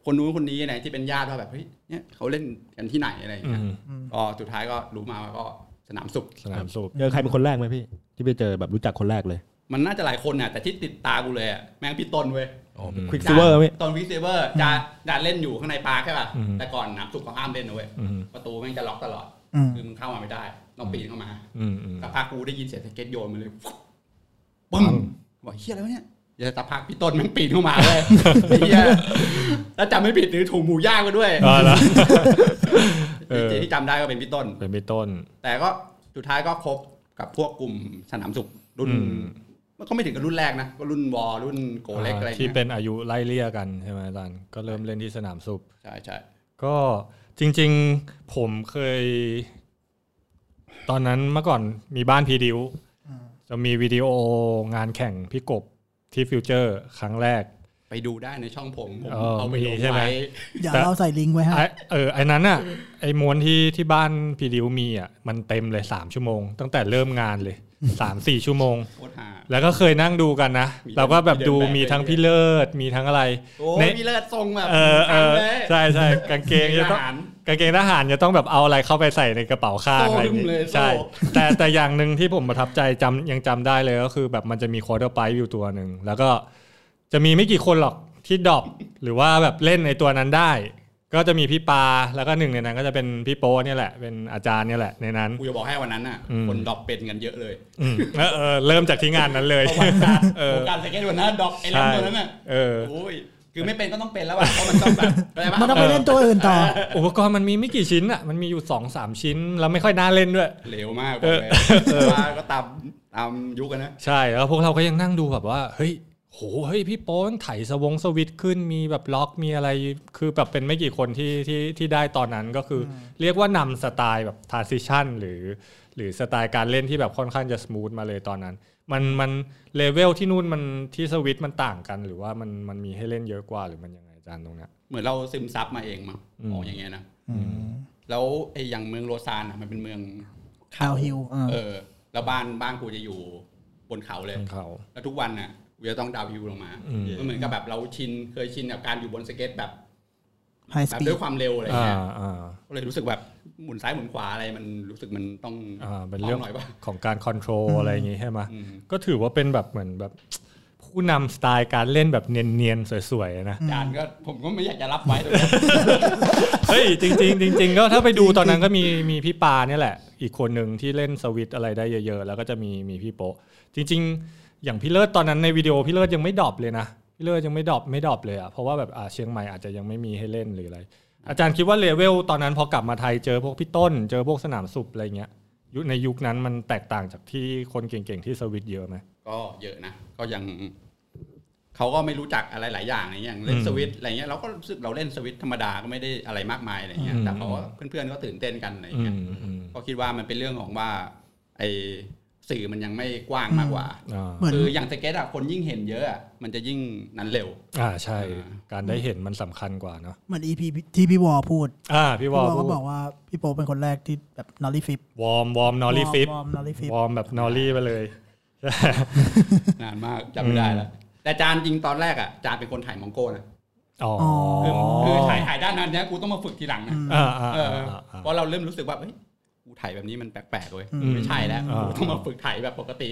S5: คนนู้นคนนี้ไหนที่เป็นญาติว่าแบบเฮ้ยเนี่ยเขาเล่นกันที่ไหนอะไรอย่างเงี้ย
S3: อืม
S5: ก็สุดท้ายก็รู้มาว่าก็สนามสุข
S3: สนามสูบ
S4: เจอใครเป็นคนแรกไหมพี่ ที่ไปเจอแบบรู้จักคนแรกเลย
S5: มันน่าจะหลายคนน่ะแต่ที่ติดตากูเลยอ่ะแม่งพี่ต้นเว้ย
S4: ควิกซิเวอร์พี่
S5: ตอนวิกเซเวอร์จะจะเล่นอยู่ข้างในปาร์คใช่ป่ะแต่ก่อนสนามสุขเขาห้ามเล่นนะเว้ย
S3: อืม
S5: ประตูแม่งจะล็อกตลอด
S6: อืม
S5: คือมึงเข้ามาไม่ได้ต้องปีนเข้ามา
S3: อืมอืม
S5: สักพักกูได้ยินเสียงสเก็ตโยนมาเลยปึ้งบอกเฮียอะไรวะเนี่ยเดี๋ยวสักพักพี่ต้นแมันปีนเข้ามาเลยไอ้เฮียแล้วจำไม่ผิดถือถุงหมูย่างมาด้วย
S3: เออแล้ว เออ
S5: จริงๆที่จำได้ก็เป็นพี่ต้น
S3: เป็นพี่ต้น
S5: แต่ก็สุดท้ายก็คบกับพวกกลุ่มสนามสุขรุ่น
S3: อืม
S5: มันก็ไม่ถึงกับรุ่นแรกนะก็รุ่นวอรุ่นโกเล็กอะไร
S3: ที่
S5: เงี้ย
S3: เป็นอายุไล่เลี่ยกันใช่ไหมอาจารย์ก็เริ่มเล่นที่สนามสูบ
S5: ใช่ใช่
S3: ก็จริงๆผมเคย ตอนนั้นเมื่อก่อนมีบ้านพีดิวจะมีวิดีโองานแข่งพี่กบที่ฟิวเจอร์ ครั้งแรก
S5: ไปดูได้ในช่องผมผม
S3: เออ
S5: เอาไปลง
S3: มีใช่ไหม
S5: ไว้
S6: เดี๋ยวเราใส่ลิงก์ไว้ให้
S3: ไอเออไอนั้นอ่ะไอม้วนที่ที่บ้านพีดิวมีอ่ะมันเต็มเลยสามชั่วโมง ตั้งแต่เริ่มงานเลยสามสี่ชั่วโมง
S5: โคตรหา
S3: แล้วก็เคยนั่งดูกันนะ
S5: มี
S3: เราก็แบบดู
S5: เดินแบบ
S3: มีทั้งพี่เลิศมีทั้งอะไร
S5: โอ้
S3: ใน
S5: ยมีเลิศทรงแบบ
S3: เออเออ
S5: ทำเลย
S3: ใช่ใช่กางเกง
S5: มี
S3: จะ
S5: ท
S3: ต้อง
S5: หาร
S3: กางเกงทหารจะต้องแบบเอาอะไรเข้าไปใส่ในกระเป๋าข้าง
S5: โซ่
S3: อะไรอย่าง
S5: ดึงเล
S3: งี้
S5: ยโซ่
S3: ใช่ แต่แต่อย่างหนึ่งที่ผมประทับใจจำยังจำได้เลยก็คือแบบมันจะมีควอเตอร์ไปอยู่ตัวหนึ่ง แล้วก็จะมีไม่กี่คนหรอกที่ดรอปหรือว่าแบบเล่นในตัวนั้นได้ ก็จะมีพี่ปาแล้วก็หนึ่งในนั้นก็จะเป็นพี่โป้เนี่ยแหละ เป็นอาจารย์เนี่ยแหละในนั้น
S5: กูจะบอกให้วันนั้นน่ะ
S3: อืม
S5: คนดรอกเป็นกันเยอะเลย
S3: อืมเออเออเริ่มจากที่งานนั้นเลย
S5: ประวัติศาสตร์
S3: เออ
S5: วงการสเก็ตวันนั้นดรอกไอ้เล่
S3: ใช่
S5: มตัวนั้นน่ะ
S3: เออ
S5: โอ้ยคือไม่เป็นก็ต้องเป็นแล้วอะเพราะมันต้องแบบอะไรปะ
S6: มันต้องไปเล่นตัวอื่นต่อ
S3: อุปกรณ์มันมีไม่กี่ชิ้นอ่ะมันมีอยู่สองสามชิ้น แล้วไม่ค่อยน่าเล่นด้วย
S5: เร็วมากบอกเลยว่าก็ตามตามยุคกันนะ
S3: ใช่แล้วพวกเราก็ยังนั่งดูแบบว่า เฮ้ยโหเฮ้ยพี่โป้นไถสวงสวิตช์ขึ้นมีแบบล็อกมีอะไร คือแบบเป็นไม่กี่คนที่ที่ที่ได้ตอนนั้นก็คืออเรียกว่านำสไตล์แบบทาร์ซิชันหรือ หรือสไตล์การเล่นที่แบบค่อนข้างจะสมูทมาเลยตอนนั้น มันมันเลเวลที่นู่นมันที่สวิตช์มันต่างกัน หรือว่ามันมันมีให้เล่นเยอะกว่าหรือมันยังไงอาจารย์ตรงเนี้ย
S5: เหมือนเราซึมซับมาเองมั้ง
S3: อืม
S5: มองอย่างเงี้ยนะแล้วไอ้อย่างเมืองโรซานอ่ะมันเป็นเมือง
S6: คาวฮิลเออ
S5: เออ แล้วบ้านบ้านกูจะอยู่บนเขาเลย
S3: ของเขา
S5: แล้วทุกวันน่ะกูจะต้องดาวน์ฮิวลงมา
S3: อืม
S5: มันเหมือนกับแบบเราชินเคยชินกับการอยู่บนสเก็ตแบบ
S6: ไฮส
S5: แบบ
S6: ปีด
S5: ด้วยความเร็วอะไร
S3: อ่า
S5: เงี้ย
S3: อ่า
S5: ก็เลยรู้สึกแบบหมุนซ้ายหมุนขวาอะไรมันรู้สึกมันต้อง
S3: อ่าเป็นเรื่อง
S5: หน่อยป่ะ
S3: ของการคอนโทรลอะไรอย่างงี้ใช่ไหม
S5: อืม
S3: ก็ถือว่าเป็นแบบเหมือนแบบ ผู้นำสไตล์การเล่นแบบเนียนๆ สวยๆนะ
S5: จานก็ผมก็ไม่อยากจะรับไว้ตรงนี้
S3: เฮ้ย จริงๆจริงๆก็ถ้าไปดูตอนนั้นก็มีมีพี่ปาเนี่ยแหละ อีกคนหนึ่งที่เล่นสวิตช์อะไรได้เยอะๆ แล้วก็จะมีมีพี่โปะจริง ๆ อย่างพี่เลิศตอนนั้นในวิดีโอพี่เลิศยังไม่ดรอปเลยนะพี่เลิศยังไม่ดรอปไม่ดรอปเลยอะเพราะว่าแบบอ่าเชียงใหม่อาจจะยังไม่มีให้เล่นหรืออะไร อาจารย์คิดว่าเลเวลตอนนั้นพอกลับมาไทยเจอพวกพี่ต้น เจอพวกสนามสุบอะไรเงี้ยยุคในยุคนั้นมันแตกต่างจากที่คนเก่งๆที่สวิตช์เยอะไหม
S5: ก็เยอะนะก็ยังเขาก็ไม่รู้จักอะไรหลายอย่างอะไรเงี้ยอย่างเล่
S3: อื
S5: น
S3: ม
S5: สวิตช์อะไรเงี้ยเราก็รู้สึกเราเล่นสวิตช์ธรรมดาก็ไม่ได้อะไรมากมายอะไรเงี้ย
S3: อืม
S5: แต่เขาก็เพื่อนๆก็ตื่นเต้นกันอะไร
S3: อื
S5: เงี้ย
S3: มอืม
S5: ก็คิดว่ามันเป็นเรื่องของว่าไอสื่อมันยังไม่กว้างมากกว่า
S3: อ่า
S6: เหมือน
S5: คืออย่างสเก็ตอะคนยิ่งเห็นเยอะอะมันจะยิ่งนั้นเร็ว
S3: อ่าใช่
S5: อ่า
S3: การได้เห็นมันสำคัญกว่าเนาะ
S6: เหมือนอีพีที่พี่วอพูด
S3: อ่าพี่
S6: พี่ว
S3: วอ
S6: อ
S3: ล
S6: ก็บอกว่าพี่โปเป็นคนแรกที่แบบนอรี่ฟิป
S3: วอร์มวอร์มนอรี่ฟิป
S6: วอร์มนอรี่ฟิป
S3: วอร์มแบบนอรี่ไปเลย
S5: นานมากจำไม่ได้แล้วแต่จานจริงตอนแรกอะจานเป็นคนถ่ายมองโก้นะ
S3: อ๋อ
S5: คือ
S6: อ๋อ
S5: คือถ่ายถ่ายด้านนั้นเนี้ยกูต้องมาฝึกทีหลังนะ
S3: อ่าอ่า
S5: เอ
S3: อ่า
S5: อ
S3: อ่า
S5: เพราะเราเริ่มรู้สึกว่าเฮ้ยกูถ่ายแบบนี้มันแปลกๆเว้ย
S6: อืม
S5: ไม่ใช่แล้ว
S3: อ่า
S5: กูต้องมาฝึกถ่ายแบบปกติ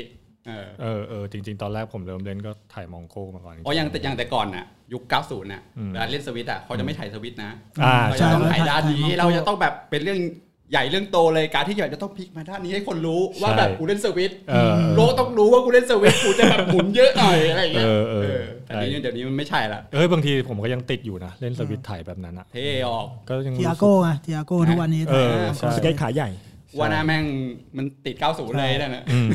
S5: เออ
S3: เออเออจริง ๆ ตอนแรกผมเริ่มเล่นก็ถ่ายมองโกมาก่อน
S5: เพราะยังแต่ยังแต่ก่อนน่ะยุค 90น่ะ
S3: อืม
S5: เวลาเล่นสวิตช์อะเขาจะไม่ถ่ายสวิตช์นะ
S3: อ่า
S5: เขาจะต้อง
S6: ใช่
S5: ถ่ายด้านนี้เราจะต้องแบบเป็นเรื่องใหญ่เรื่องโตเลยการที่ใหญ่จะต้องพลิกมาด้านนี้ให้คนรู้ว่าแบบกูเล่นสวิตช์
S3: เออ
S5: โลกต้องรู้ว่ากูเล่นสวิตช์กูจะแบบหมุนเยอะหน่อยอะไรอย่างเงี้ย
S3: เออเออ
S5: แต่ทีนี้เดี๋ยวนี้มันไม่ใช่ละ
S3: เอ้ยบางทีผมก็ยังติดอยู่นะ เล่นสวิตช์ถ่ายแบบนั้นอ่ะ
S5: เท่ออก
S3: ก็ยัง
S6: ทีอา
S3: รู้สึก
S6: โก้ไงทีอาโก้ทุกวันนี้
S3: เออ
S6: ถ่าย
S3: ใช่
S4: สเก็ตขาใหญ่
S5: ว่าหน้าแม่งมันติด 90 เลยนั่นนะ
S3: อืม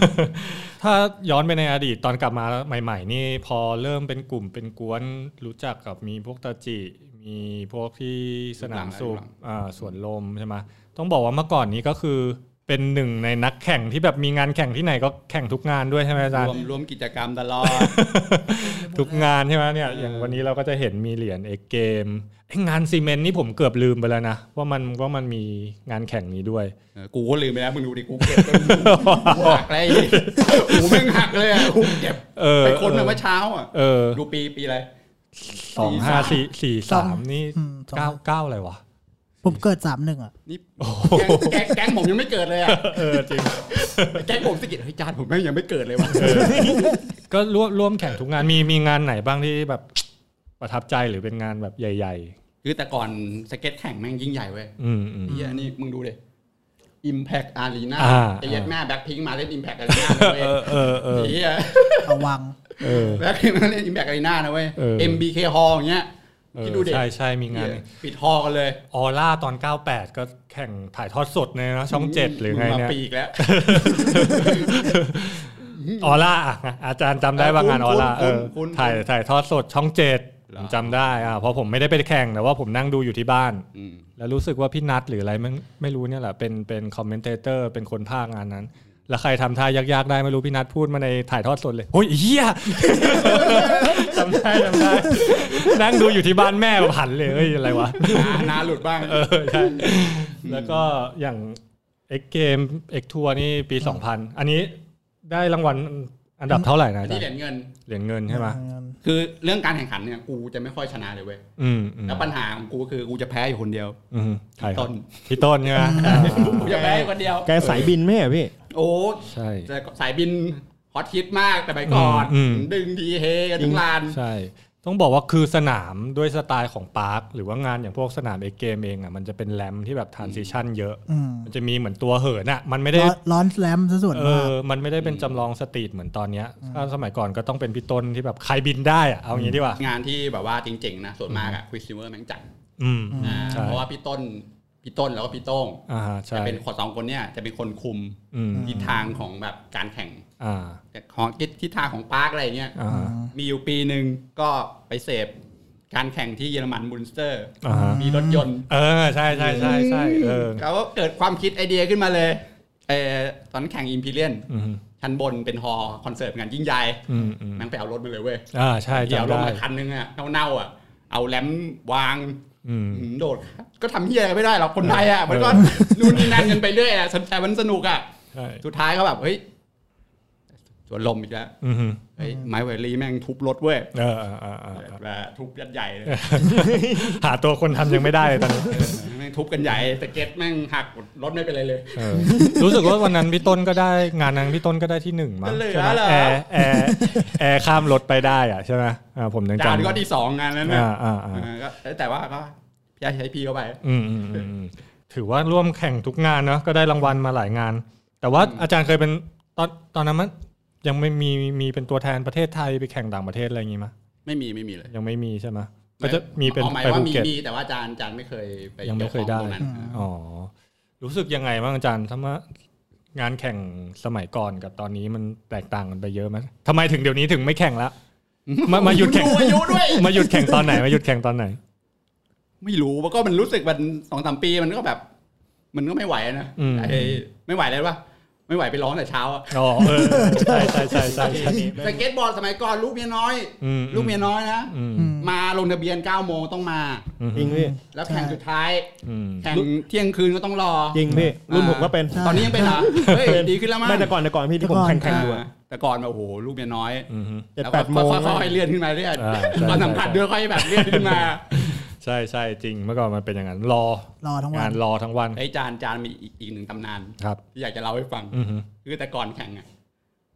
S3: *laughs* ถ้าย้อนไปในอดีตตอนกลับมาใหม่ ๆ นี่พอเริ่มเป็นกลุ่มเป็นกวนรู้จักกับมีพวกตาจิ มีพวกที่สนามสูบอ่าสวนลมใช่ไหมต้องบอกว่าเมื่อก่อนนี้ก็คือเป็นหนึ่งในนักแข่งที่แบบมีงานแข่งที่ไหนก็แข่งทุกงานด้วยใช่ไหมอาจาร
S5: ร
S3: ย์
S5: วมรวมกิจกรรมตลอด
S3: ทุกงานใช่ไหมเนี่ยอย่างวันนี้เราก็จะเห็นมีเหรียญเอกเกมงานซีเมนต์นี่ผมเกือบลืมไปแล้วนะว่ามันว่ามันมีงานแข่งนี้ด้วย
S5: เออกูก็ลืมไปแล้วมึงดูดิกูเก็บจนกูหักเลยหูแม่งหักเลยอ่ะกูเก็บ
S3: เออ
S5: ไปค้นมาเมื่อเช้าอ่ะ
S3: เออ
S5: ดูปีปีอะไร
S3: สองห้าสี่สี่สามนี่
S6: อืมสอง
S3: เก้าเก้าอะไรวะ
S6: ผมเกิดสามหนึ่งอ่ะ
S5: นี่แก๊งแก๊งแก๊งผมยังไม่เกิดเลยอ่ะ
S3: เออจริง
S5: แก๊งผมสะกิดเฮ้ยจานผมแม่งยังไม่เกิดเลยว่ะ
S3: ก็ร่วมร่วมแข่งทุกงานมีมีงานไหนบ้างที่แบบ ประทับใจหรือเป็นงานแบบใหญ่
S5: คือแต่ก่อนสเก็ตแข่งแม่งยิ่งใหญ่เว้ย
S3: ๆ อืมอืม
S5: เฮียนี่มึงดูเลย Impact Arena
S3: อ่า
S5: ไอ้เหี้ยแม่แบ็คพิงมาเล่น Impact Arena นะเว้ย
S3: เออเออเออ
S5: ไอ้เฮีย
S6: ระวัง
S3: เออ
S5: แบ็คพิงมาเล่น Impact Arena นะเว้ย
S3: เออ
S5: MBK Hall อย่างเงี้ย
S3: เออ
S5: คิดดูเด็ก
S3: ใช่ใช่มีงาน
S5: ปิดฮอลกันเลย
S3: ออร่าตอน 98 ก็แข่งถ่ายทอดสดเลยนะช่องเจ็ดหรือไง
S5: มึ
S3: เนี่ย
S5: มาปีกแล้ว
S3: ออร่าอ่ะอาจารย์จำได้ว่างานออร่าเออถ่ายถ่ายทอดสดช่องเจ็ด ผมจำได้อ่ะเพราะผมไม่ได้ไปแข่งแต่ว่าผมนั่งดูอยู่ที่บ้าน
S5: อืม
S3: แล้วรู้สึกว่าพี่นัทหรืออะไรไม่ไม่รู้เนี่ยแหละเป็นเป็นคอมเมนเตเตอร์เป็นคนภาคงานนั้น แล้วใครทำท่ายากๆได้ไม่รู้พี่นัทพูดมาในถ่ายทอดสดเลยโอ้ยเฮียจำได้จำได้นั่งดูอยู่ที่บ้านแม่แบบหันเลยเอ้ยอะไรวะ
S5: นานาหลุดบ้าง
S3: เออใช่แล้วก็อย่างเอ็กเกมเอ็กทัวร์นี่ปี 2000 อันนี้ได้รางวัลอันดับเท่าไหร่นะ
S5: อัน
S3: อาจ๊ะ
S5: นี้เหรียญเงิน
S3: เหรียญเงินใช่ไหม
S5: คือเรื่องการแข่งขันเนี่ยกูจะไม่ค่อยชนะเลยเว้ย
S3: อืมอืม
S5: แล้วปัญหาของกูคือกูจะแพ้อยู่คนเดียว
S3: อืมใครครับ
S5: ต้น
S3: พี่ต้นใช่ไหมอ่า
S5: กูจะแพ้อยู่คนเดียว
S4: แกสายบินไหมอะพี่
S5: โอ้
S3: ใช่
S5: แต่สายบินฮอตฮิตมากแต่ไปก่อน
S3: อืม
S5: ดึงทีเฮกันทั้งลาน
S3: ใช่ ต้องบอกว่าคือสนามด้วยสไตล์ของปาร์ค หรือว่างานอย่างพวกสนามเอเกมเองอ่ะมันจะเป็นแรมที่แบบทานซิชันเยอะ
S6: อืม
S3: มันจะมีเหมือนตัวเหินอ่ะ มันไม่ได้
S6: ร้อนร้อนแลมซะส่วน
S3: เอ
S6: มาก
S3: อ มันไม่ได้เป็นจำลองสตรีทเหมือนตอนเนี้ยถ้าสมัยก่อนก็ต้องเป็นพี่ต้นที่แบบใครบินได้อ่ะเอางี้ดีกว่า
S5: งานที่แบบว่าจริงๆนะส่วนมากอะควิสซิเวอร์แม่งจัด
S3: อืม
S5: อ่า
S3: ใช่
S5: เพราะว่าพี่ต้นพี่ต้นแล้วก็พี่โต้ง
S3: อ่าฮะใช่
S5: จะเป็นคนสองคนเนี่ยจะเป็นคนคุม
S3: อืม
S5: ทิศทางของแบบการแข่ง
S3: อ่า
S5: แต่ของทิศทางของปาร์คอะไรเงี้ย
S3: อ่าฮะ
S5: *laughs* มีอยู่ปีหนึ่งก็ไปเสพการแข่งที่เยอรมันบุนสเตอร์
S3: อ่าฮะ
S5: มีรถยนต์
S3: เออใช่ใช่ใช่ใช่เออ
S5: เขาก็เกิดความคิดไอเดียขึ้นมาเลยเออตอนนนแข่งอิมพีเรียน
S3: อืม
S5: ชั้นบนเป็นฮอลล์คอนเสิร์ตงานยิ่งใหญ่
S3: อืมอืม
S5: แม่งไปเอารถมาเลยเว้ย
S3: อ่าใช่
S5: เดี๋ยว
S3: จำ
S5: ลง
S3: ได้
S5: มาคันนึงอะเน่าๆอะเอาแรมวาง
S3: อืม
S5: อืมโดดก็ทำเฮียอะไรไม่ได้หรอกคนไทยอ่ะมันก็นู่นนี่นั่นกันไปเรื่อยอ่ะแต่มันสนุกอ่ะ
S3: ใช่
S5: สุดท้ายก็แบบเฮ้ยสวนลมอีกแล้ว
S3: อืม
S5: เฮ้ยไม้เวลีแม่งทุบรถเว้ย
S3: เออเออเออเออ
S5: แบบทุบยัดใหญ่เลย
S3: หาตัวคนทำยังไม่ได้เลยตอนนี้
S5: แม่งทุบกันใหญ่สเก็ตแม่งหักรถไม่เป็นไรเลย
S3: เออรู้สึกว่าวันนั้นพี่ต้นก็ได้งานนั้นพี่ต้นก็ได้ที่หนึ่งมั้ง
S5: เหลือ
S3: ใช่ไหม
S5: เหรอ
S3: แอร์แอร์แอร์ข้ามรถไปได้อ่ะใช่ไหมอ่าผมยัง
S5: จาน
S3: จำ
S5: ก็ที่สองงานนั้นนะ
S3: อ่าอ่าอ่า
S5: เออก็แต่ว่าก็พี่ใช้พี่เข้าไป
S3: อืมอืมอืมอืมถือว่าร่วมแข่งทุกงานเนอะก็ได้รางวัลมาหลายงาน แต่ว่าอาจารย์เคยเป็นตอนตอนนั้นมันยังไม่มีมีเป็นตัวแทนประเทศไทยไปแข่งต่างประเทศอะไรอย่างงี้มั้ย
S5: ไม่มีไม่มีเลย
S3: ยังไม่มีใช่ไหมยก็จะมีเป็น
S5: อาหมาย
S3: ไป
S5: ว่า
S3: ภู
S5: มี
S3: เก็ต
S5: มีแต่ว่าจานจานไม่เคยไป
S3: ยังไม่เคยได้
S5: กี่วข้อตรงนั้น
S3: อ๋อรู้สึกยังไงบ้างอาจารย์ถ้ามางานแข่งสมัยก่อนกับตอนนี้มันแตกต่างกันไปเยอะไหมทำไมถึงเดี๋ยวนี้ถึงไม่แข่งละมามาหยุดแข่ง
S5: อายุ *laughs* ด้วย
S3: มาหยุดแข่งตอนไหนมาหยุดแข่งตอนไหน
S5: ไม่รู้ว่าก็มันรู้สึกมันสองสามปีมันก็แบบ มันก็ไม่ไหวนะ
S3: อืม
S5: ไอ้ไม่ไหวเลยว่าไม่ไหวไปร้องแต่เช้าอะ
S3: อ๋อเออใช่ใช่ใช่ใช่ใช่
S5: สเก็ตบอร์ดสมัยก่อนลูกเมียน้อย
S3: อืม
S5: ลูกเมียน้อยนะ
S3: อืม
S6: อืม
S5: มาลงทะเบียน9ก้าโมงต้องมา
S3: อืม
S4: จริงพี่
S5: แล้วแข่ง
S6: ใช่
S5: สุดท้าย
S3: อืม
S5: แข่งเที่ยงคืนก็ต้องรอ
S4: จริงพี่ รุ่นผมก็เป็น
S6: ใช่
S5: ตอนนี้ยังเป็นเหรอเฮ้ย
S4: เป็น
S5: ดีขึ้นแล้วมั้ง
S4: ไม่แต่ก่อนแต่ก่อนพี่ที่ผมแข่ง
S5: อ่า
S4: แข่งอยู่อะ
S5: แต่ก่อนแบบโอ้โหลูกเมียน้อย
S3: อืม
S4: เจ็ดแปดโมง
S5: แล้วก็ค่อยๆเลื่อนขึ้นมาเรื่อย
S3: อ่าใช่
S5: ตอนสำคัญด้วยค่อยแบบเลื่อนขึ้นมา
S3: ใช่ใช่จริงเมื่อก่อนมันเป็นอย่างนั้นรอ
S6: รอทั้งวั
S3: งาน นรอทั้งวัน
S5: ไอ้ยจานจานมีอีกอีกหนึ่งตำนาน
S3: ครับ
S5: ที่อยากจะเล่าให้ฟัง
S3: อืม
S5: คือแต่ก่อนแข่งอ่ะ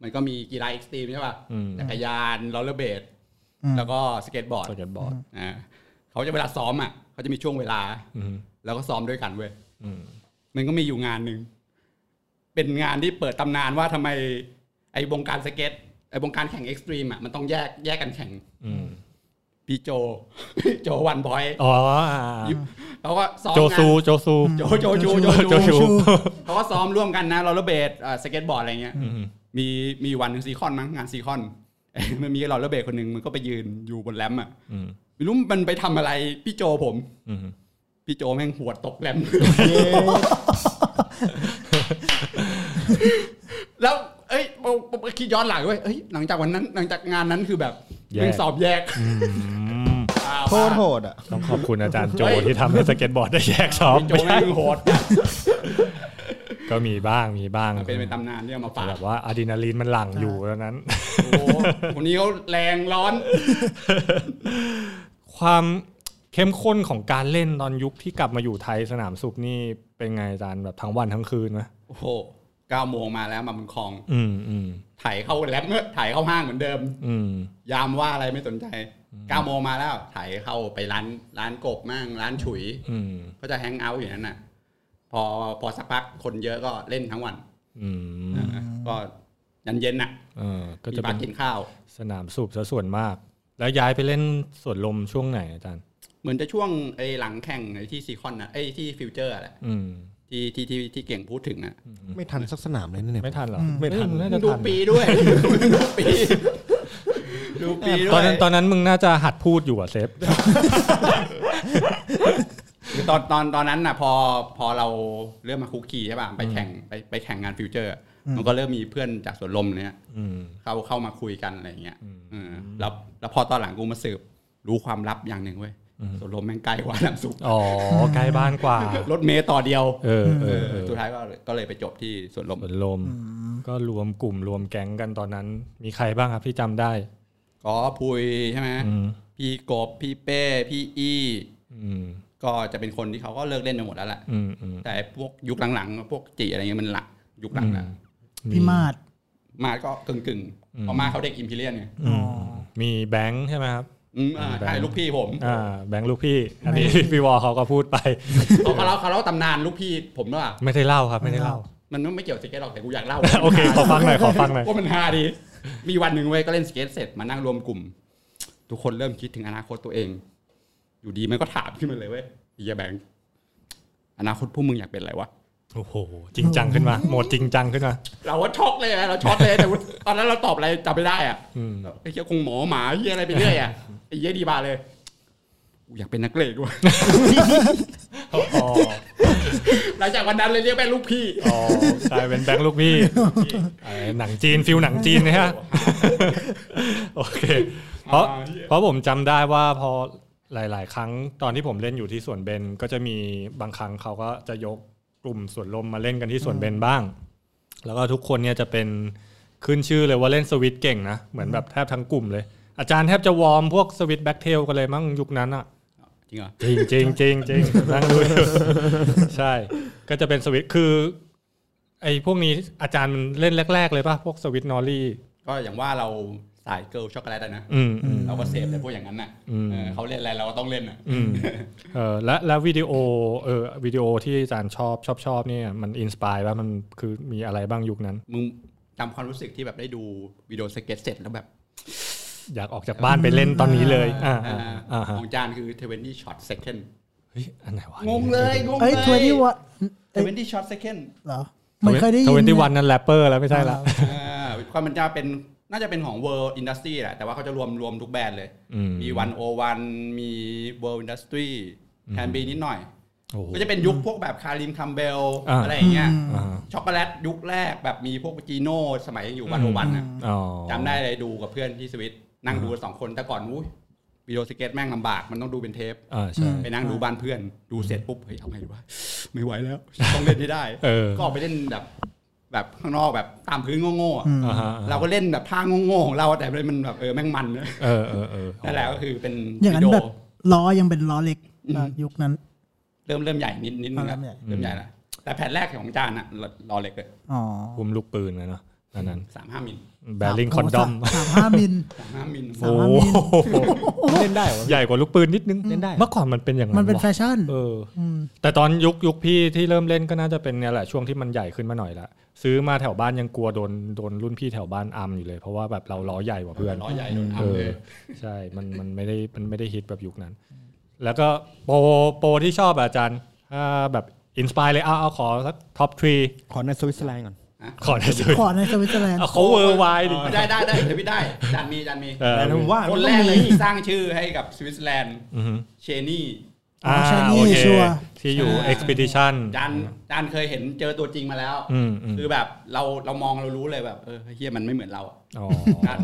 S5: มันก็มีกีฬาเอ็กซ์ตรีมใช่ป่ะ
S3: อืม
S5: จักรยานโรลเลอร์เบด
S6: อืม
S5: แล้วก็สเก็ตบอร์ด
S3: สเก็ตบอร์ด
S5: อ่าเขาจะเวลาซ้อมอ่ะเขาจะมีช่วงเวลา
S3: อืม
S5: แล้วก็ซ้อมด้วยกันเว้ย
S3: อืม
S5: มันก็มีอยู่งานหนึ่งเป็นงานที่เปิดตำนานว่าทำไมไอ้วงการสเก็ตไอ้วงการแข่งเอ็กซ์ตรีมอ่ะมันต้องแยกแยกกันแข่ง
S3: อืม
S5: พี่โจ *laughs* โจวันบอย
S3: อ๋ออ่า
S5: เขาก็ซ้อม
S3: โจซู
S5: งาน
S3: โจซู
S5: โจโจโจโจ
S3: โจ
S5: โจ
S3: ซู
S5: เขาก็ซ้อมร่วมกันนะโรลเลอร์เบดสเก็ตบอร์ดอะไรเงี้ย
S3: อืม
S5: มีมีวันหนึ่งซีคอนมั้งงานซีคอน *laughs* มันมีหลอดระเบิดคนหนึ่งมันก็ไปยืนอยู่บนแรมอ่ะ
S3: อืม
S5: ไม่รู้มันไปทำอะไรพี่โจผม
S3: อืม
S5: พี่โจแม่งหัวตกแรม แล้วเอ้ยผมผมคิดย้อนหลังเว้ยเอ้ยหลังจากวันนั้นหลังจากงานนั้นคือแบบแม่งสอบแยก
S3: อืม
S5: อ่า
S4: โคตรโหดอ่ะ
S3: ต้องขอบคุณอาจารย์โจที่ทำให้สเก็ตบอร์ดได้แยกซ้อม
S5: พี่โจ
S3: ไม่ใช่
S5: แม่งโหด
S3: ก็มีบ้างมีบ้าง
S5: มันเป็นเป็นตำนานที่เอามาฝาก
S3: แบบว่าอะดรีนาลีนมันหลั่งอยู่แล้วนั้น
S5: โอ้โหคนนี้เขาแรงร้อน
S3: ความเข้มข้นของการเล่นตอนยุคที่กลับมาอยู่ไทยสนามสุขนี่เป็นไงอาจารย์แบบทั้งวันทั้งคืนไหม
S5: โอ้โหเก้าโมงมาแล้วมาบุญคลอง
S3: อืมอืม
S5: ถ่ายเข้าแรมถ่ายเข้าห้างเหมือนเดิม
S3: อืม
S5: ยามว่าอะไรไม่สนใจเก้าโมงมาแล้วไถ่ายเข้าไปร้านร้านกบมั่งร้านฉุย
S3: อืม
S5: ก็จะแฮงเอาท์อยู่นั้นน่ะ พอพอสักพักคนเยอะก็เล่นทั้งวัน
S3: อืม
S5: นะก็ยันเย็นน่ะ
S3: เออก็
S5: มี
S3: จะ
S5: บา
S3: เป็น
S5: ร์กินข้าว
S3: สนามสุขซะส่วนมาก แล้วย้ายไปเล่นสวนลมช่วงไหนอาจารย์
S5: เหมือนจะช่วงไอ้หลังแข่งไอ้ที่ซีคอนน่ะไอ้ที่ฟิวเจอร์อะแหละ
S3: อืม
S5: ที่ที่ที่ที่เก่งพูดถึงอ่ะ
S4: ไม่ทันสักสนามเลยนะเนี่ย
S3: ไม่ทันเหรอ
S4: ไม่ทัน
S3: เอ้ยน่าจะ
S5: *laughs* ดู
S3: ทัน
S5: ปีด้วย ดูปี ดูปีด้วย
S3: ตอนนั้นตอนนั้นมึงน่าจะหัดพูดอยู่อะเซฟ
S5: คือตอนตอนตอนนั้นน่ะพอพอเราเริ่มมาคุกคีใช่ป่ะไปแข่งไปไปแข่งงานฟิวเจอร์ มันก็เริ่มมีเพื่อนจากสวนลมเนี่ย
S3: อืม
S5: เข้าเข้ามาคุยกันอะไรอย่างเงี้ยเออแล้วแล้วพอตอนหลังกูมาสืบรู้ความลับอย่างหนึ่งเว้ยสวนลมแม่งไกลกว่าน้ำสุก
S3: อ๋อใกล้บ้านกว่า
S5: รถเมย์ต่อเดียว
S3: เออเออ
S5: เอ
S3: เอ
S5: อ
S3: อ
S5: สุดท้ายก็ก็เลยไปจบที่สวนลม
S3: สวนลม ก็รวมกลุ่มรวมแก๊งกันตอนนั้น มีใครบ้างครับที่จำได้
S5: ก็พุยใช่ไหม
S3: อืม
S5: พี่กบพี่เป้ พี่อี้
S3: อืม
S5: ก็จะเป็นคนที่เขาก็เลิกเล่นไปหมดแล้วแหละ
S3: อืมอืม
S5: แต่พวกยุคหลังๆพวกจีอะไรเงี้ยมันหลักยุคหลังนะ
S6: พี่มาด
S5: มาก็กึ่งกึ่งๆเพราะมาเขาเด็กอิมพีเรียนไง
S3: อืมมีแบงค์ใช่ไหมครับ
S5: อืมอ่าใช่ลูกพี่ผม
S3: อ่า แบงค์ลูกพี่ อันนี้ พี่วอเขาก็พู *laughs* ดไป
S5: เขาเขาเล่าเขาเล่าตำนานลูกพี่ผมด้วยอะ
S3: ไม่ได้เล่าครับ ไม่ได้เล่า
S5: มันไม่เกี่ยวกับสเก็ตหรอกแต่กูอยากเล่า
S3: โอเค ขอฟังหน่อย ขอฟังหน่อย
S5: ว่ามันฮาดี มีวันหนึ่งเว้ยก็เล่นสเก็ตเสร็จมานั่งรวมกลุ่ม ทุกคนเริ่มคิดถึงอนาคตตัวเอง อยู่ดีมันก็ถามขึ้นมาเลยเว้ยเฮียแบงค์อนาคตพวกมึงอยากเป็นอะไรวะ
S3: โอ้โห จริงจังขึ้นมา โหมดจริงจังขึ้นมา
S5: เราก็ช็อกเลยอะเราช็อกเลยแต่ว่าตอนนั้นเราตอบอะไรจำไม่ได้อะ
S3: อืม
S5: ไอ้เฮียคงหมอหมาเฮียอะไรไปเรื่อยอะไอ้เฮียดีบาเลยกูอยากเป็นนักเลงด้วย *laughs*
S3: อ๋อ
S5: หลังจากวันนั้นเลยเรียกแม่งลูกพี่
S3: อ๋อกลายเป็นแบงค์ลูกพี่เอ่อหนังจีน ฟิลหนังจีนนะฮะ โอเค เพราะเพราะผมจำได้ว่าพอหลาย ๆ ครั้งตอนที่ผมเล่นอยู่ที่สวนเบนก็จะมีบางครั้งเขาก็จะยกกลุ่มสวนลมมาเล่นกันที่สวนเบนบ้าง แล้วก็ทุกคนเนี่ยจะเป็นขึ้นชื่อเลยว่าเล่นสวิตช์เก่งนะ เหมือนแบบแทบทั้งกลุ่มเลย อาจารย์แทบจะวอร์มพวกสวิตช์แบ็กเทลกันเลยมั้งยุคนั้นอะ
S5: จริงเหรอ
S3: จริงจริงจริงจริงนั่งดูอยู่ใช่ ก็จะเป็นสวิตช์คือ ไอ้พวกนี้อาจารย์มันเล่นแรก ๆ เลยป่ะ พวกสวิตช์นอรี่
S5: ก็อย่างว่าเราสายเกิร์ลช็อกโกแลตอะนะ
S3: อืมอืม
S5: เราก็เสพแต่พวกอย่างนั้นน่ะ
S3: อืม
S5: เออเขาเล่นอะไรเราก็ต้องเล่นอ่ะ
S3: อืมเออและและวิดีโอเออวิดีโอที่อาจารย์ชอบชอบชอบเนี่ยมันอินสปายว่ามันคือมีอะไรบ้างยุคนั้น
S5: มึงจำความรู้สึกที่แบบได้ดูวิดีโอสเก็ตเสร็จแล้วแบบ
S3: อยากออกจากบ้านไปเล่นตอนนี้เลย อ่า
S5: อ่า
S3: อ่าอ่าฮะ
S5: ของจานคือ20 shot second
S3: เฮ้ยอันไหนวะ
S5: งงเลยงง
S6: เอ้ยทัวร์ที่วัดเอ้ย
S5: 20 shot second
S6: เหรอเหมันเคยได้ยิน
S3: ทเวนตี้วัน
S6: เย
S3: นั่นแรปเปอร์แล้วไม่ใช่ละ
S5: อ่าความมันจะเป็นน่าจะเป็นของ world industry แหละแต่ว่าเขาจะรวมรวมทุกแบรนด์เลย
S3: อืม
S5: มี 101 มี world industry แคนบีนิดหน่อย
S3: โอ้โห
S5: ก็จะเป็นยุคพวกแบบคาริมคัมเบล
S3: อ่า
S5: อะไรอย่างเงี้ย
S3: อ่า
S5: ช็อกโกแลตยุคแรกแบบมีพวกจีโน่สมัยอยู่วันโอวันนะ
S3: อ๋อ
S5: จำได้เลยดูกับเพื่อนที่สวิตนั่งดูกันสองคนแต่ก่อนอุ้ยวิดีโอสเก็ตแม่งลำบากมันต้องดูเป็นเทป
S3: อ่าใช่
S5: ไปนั่งดูบ้านเพื่อน ดูเสร็จปุ๊บเฮ้ยเอาไงดีวะไม่ไหวแล้ว ต้องเล่นให้ได้
S3: เออ
S5: ก็ออกไปเล่นแบบ แบบข้างนอกแบบตามพื้นโง่ๆอะ
S3: อ่าฮะ
S5: เราก็เล่นแบบท่าโง่ๆของเราแต่มันแบบเออแม่งมันนะ
S3: เออเออเออ
S5: นั่นแหละก็คือเป็น
S6: อย่าง
S5: วิ
S6: นั้น
S5: ดีโอ
S6: แบบล้อยังเป็นล้อเล็ก
S5: อืม
S6: อ่ะยุคนั้น
S5: เริ่มเริ่มใหญ่นิดนิดนึง
S6: เริ่
S5: ละ
S6: มใหญ่
S5: เริ่มใหญ่ละแต่แผ่นแรกของจานอะรอเล็กเลย
S6: อ๋อ
S3: คุมลูกปืนนะเนาะอันนั้น
S5: สามห้ามิล
S3: แบริ่งคอนดอม
S6: สามห้ามิล
S5: สามห้ามิล
S6: โอ้
S3: โอ้
S6: 35มิล
S3: โหเล่นได้เหรอใหญ่กว่าลูกปืนนิดนึงเล่นได้เมื่อก่อนมันเป็นอย่าง
S6: มันเป็น
S3: วะ
S6: แฟชั่น
S3: เออ
S6: ม
S3: แต่ตอนยุคยุคพี่ที่เริ่มเล่นก็น่าจะเป็นเนี่ยแหละช่วงที่มันใหญ่ขึ้นมาหน่อยละซื้อมาแถวบ้านยังกลัวโดนโดนรุ่นพี่แถวบ้านอัมอยู่เลย เพราะว่าแบบเราล้อใหญ่กว่าเพื่อน
S5: ล้อใหญ่โดนอั
S3: เอ
S5: พ
S3: อ
S5: เลย
S3: ใช่มันมันไม่ได้มันไม่ได้ฮิตแบบยุคนั้น แล้วก็โปรโปรที่ชอบอะอาจารย์ถ้าแบบอินสปายเลยเอาเอาขอสักท็อปทรี
S4: ขอในสวิตเซอร์แลนด์ก่อน
S3: ขอได้สุด
S6: ขอในสวิตเซอร์แลนด์
S3: เอาเขาเวอร์ไวดิ
S5: ได้ได้ได้เดี๋ยวพี่ได้จานมีจานมี
S3: เออ
S4: แต่ผมว่า
S5: คนแรกเลยที่สร้างชื่อให้กับสวิตเซอร์แลนด์
S3: อือฮึ
S5: เชนี่
S3: อ่า
S6: ใช่
S3: โอ
S6: นี่
S3: เค
S6: ชัวร์
S3: ที่อยู่ expedition
S5: จันจันเคยเห็นเจอตัวจริงมาแล้ว
S3: อืมอืม
S5: คือแบบเราเรามองเรารู้เลยแบบเออเฮียมันไม่เหมือนเรา *laughs* อะ
S3: อ๋อ
S5: จัน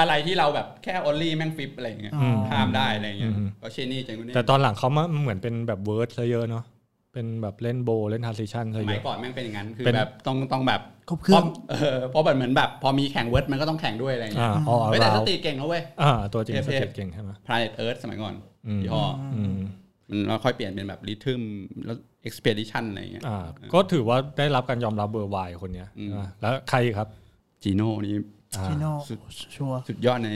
S5: อะไรที่เราแบบแค่ออลลี่แม่งฟิปอะไรอย่างเงี้ย
S3: อืม
S5: ข้ามได้อะไรอย่างเงี้ย
S3: อืม
S5: ก็เชนี่จันคนนี้
S3: แต่ตอนหลังเขามาเหมือนเป็นแบบเวิร์ดซะเยอะเนาะเป็นแบบเล่นโบว์เล่น transition ซะ
S5: ส
S3: เย
S5: มัย
S3: อะ
S5: ก่อนแม่งเป็นอย่างนั้นคือ
S3: เป็น
S5: แบบต้องต้องแบบ
S6: ครบเครื่อง
S5: พาะเออเพราะแบบเหมือนแบบพอมีแข่งเวิร์ดมันก็ต้องแข่งด้วยอะไรอย่าง
S3: อ่า
S5: เงี้ย
S3: อ๋อ
S5: เฮ้ยแต่
S3: เรา
S5: สตรีทเก่งนะเว้ย
S3: อ่าตัวจริง
S5: เทพ
S3: สเก็ต
S5: เทพ
S3: เก่งใช่ไหม
S5: Planet Earth สมัยก่อน
S3: อืม
S5: ยี่ห้อ
S3: อืม
S5: มันแล้วค่อยเปลี่ยนเป็นแบบริทึมแล้ว Expedition อะไรอย่างเงี้ย
S3: อ่า ก็ถือว่าได้รับการยอมรับเบอร์ไวคนเนี้ย
S5: อืม
S3: นะแล้วใครอีกครับ
S5: จีโน่นี่
S3: อ่า
S6: ชิโน่
S5: สุด
S6: ชัวร์
S5: สุดยอดใน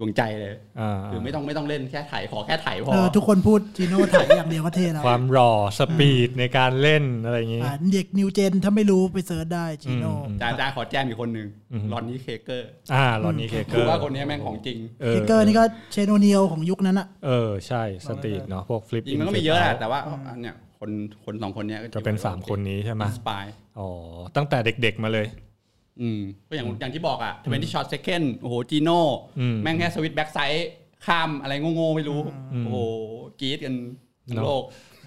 S5: ดวงใจเลย
S3: อ่า
S5: คือไม่ต้องไม่ต้องเล่นแค่ถ่ายขอแค่ถ่ายพอ
S6: เออทุกคนพูดจีโน่ถ่ายอย่างเดียวก็เท่แล้ว
S3: ความรอสปีดในการเล่นอะไรอย่างงี้
S6: อ่าเด็กนิวเจนถ้าไม่รู้ไปเสิร์ชได้จีโน่
S3: อืม
S5: จานจานขอแจ้มอีกคนหนึ่ง
S3: อือฮึ
S5: รอนนี่เคเกอร์
S3: อ่าลอนนี้เคเก
S5: คือ อ
S3: ร์
S5: ว่าคนนี้แม่งของจริง
S3: เออ
S6: เกเกอร์นี่ก็เชโนเนียลของยุคนั้นอะ
S3: เออใช่สตรีทเนาะพวกฟลิป
S5: จริงมันก็มีเยอะแหละแต่ว่าอันเนี้ยคนคนสองคนเนี้ย
S3: จะเป็นสามคนนี้ใช่ไหม
S5: สปาย
S3: อ๋อตั้งแต่เด็กๆมาเลย
S5: อืมก็อย่างอย่างที่บอกอ่ะเวนที่ช็อตเซคันโอ้โหจีโน่
S3: อืม
S5: แม่งแค่สวิตช์แบ็กไซด์ข้ามอะไรโง่ๆไม่รู้
S3: อืม
S5: โอ้โหกรีดกันทั้
S3: เนอะ
S5: งโลก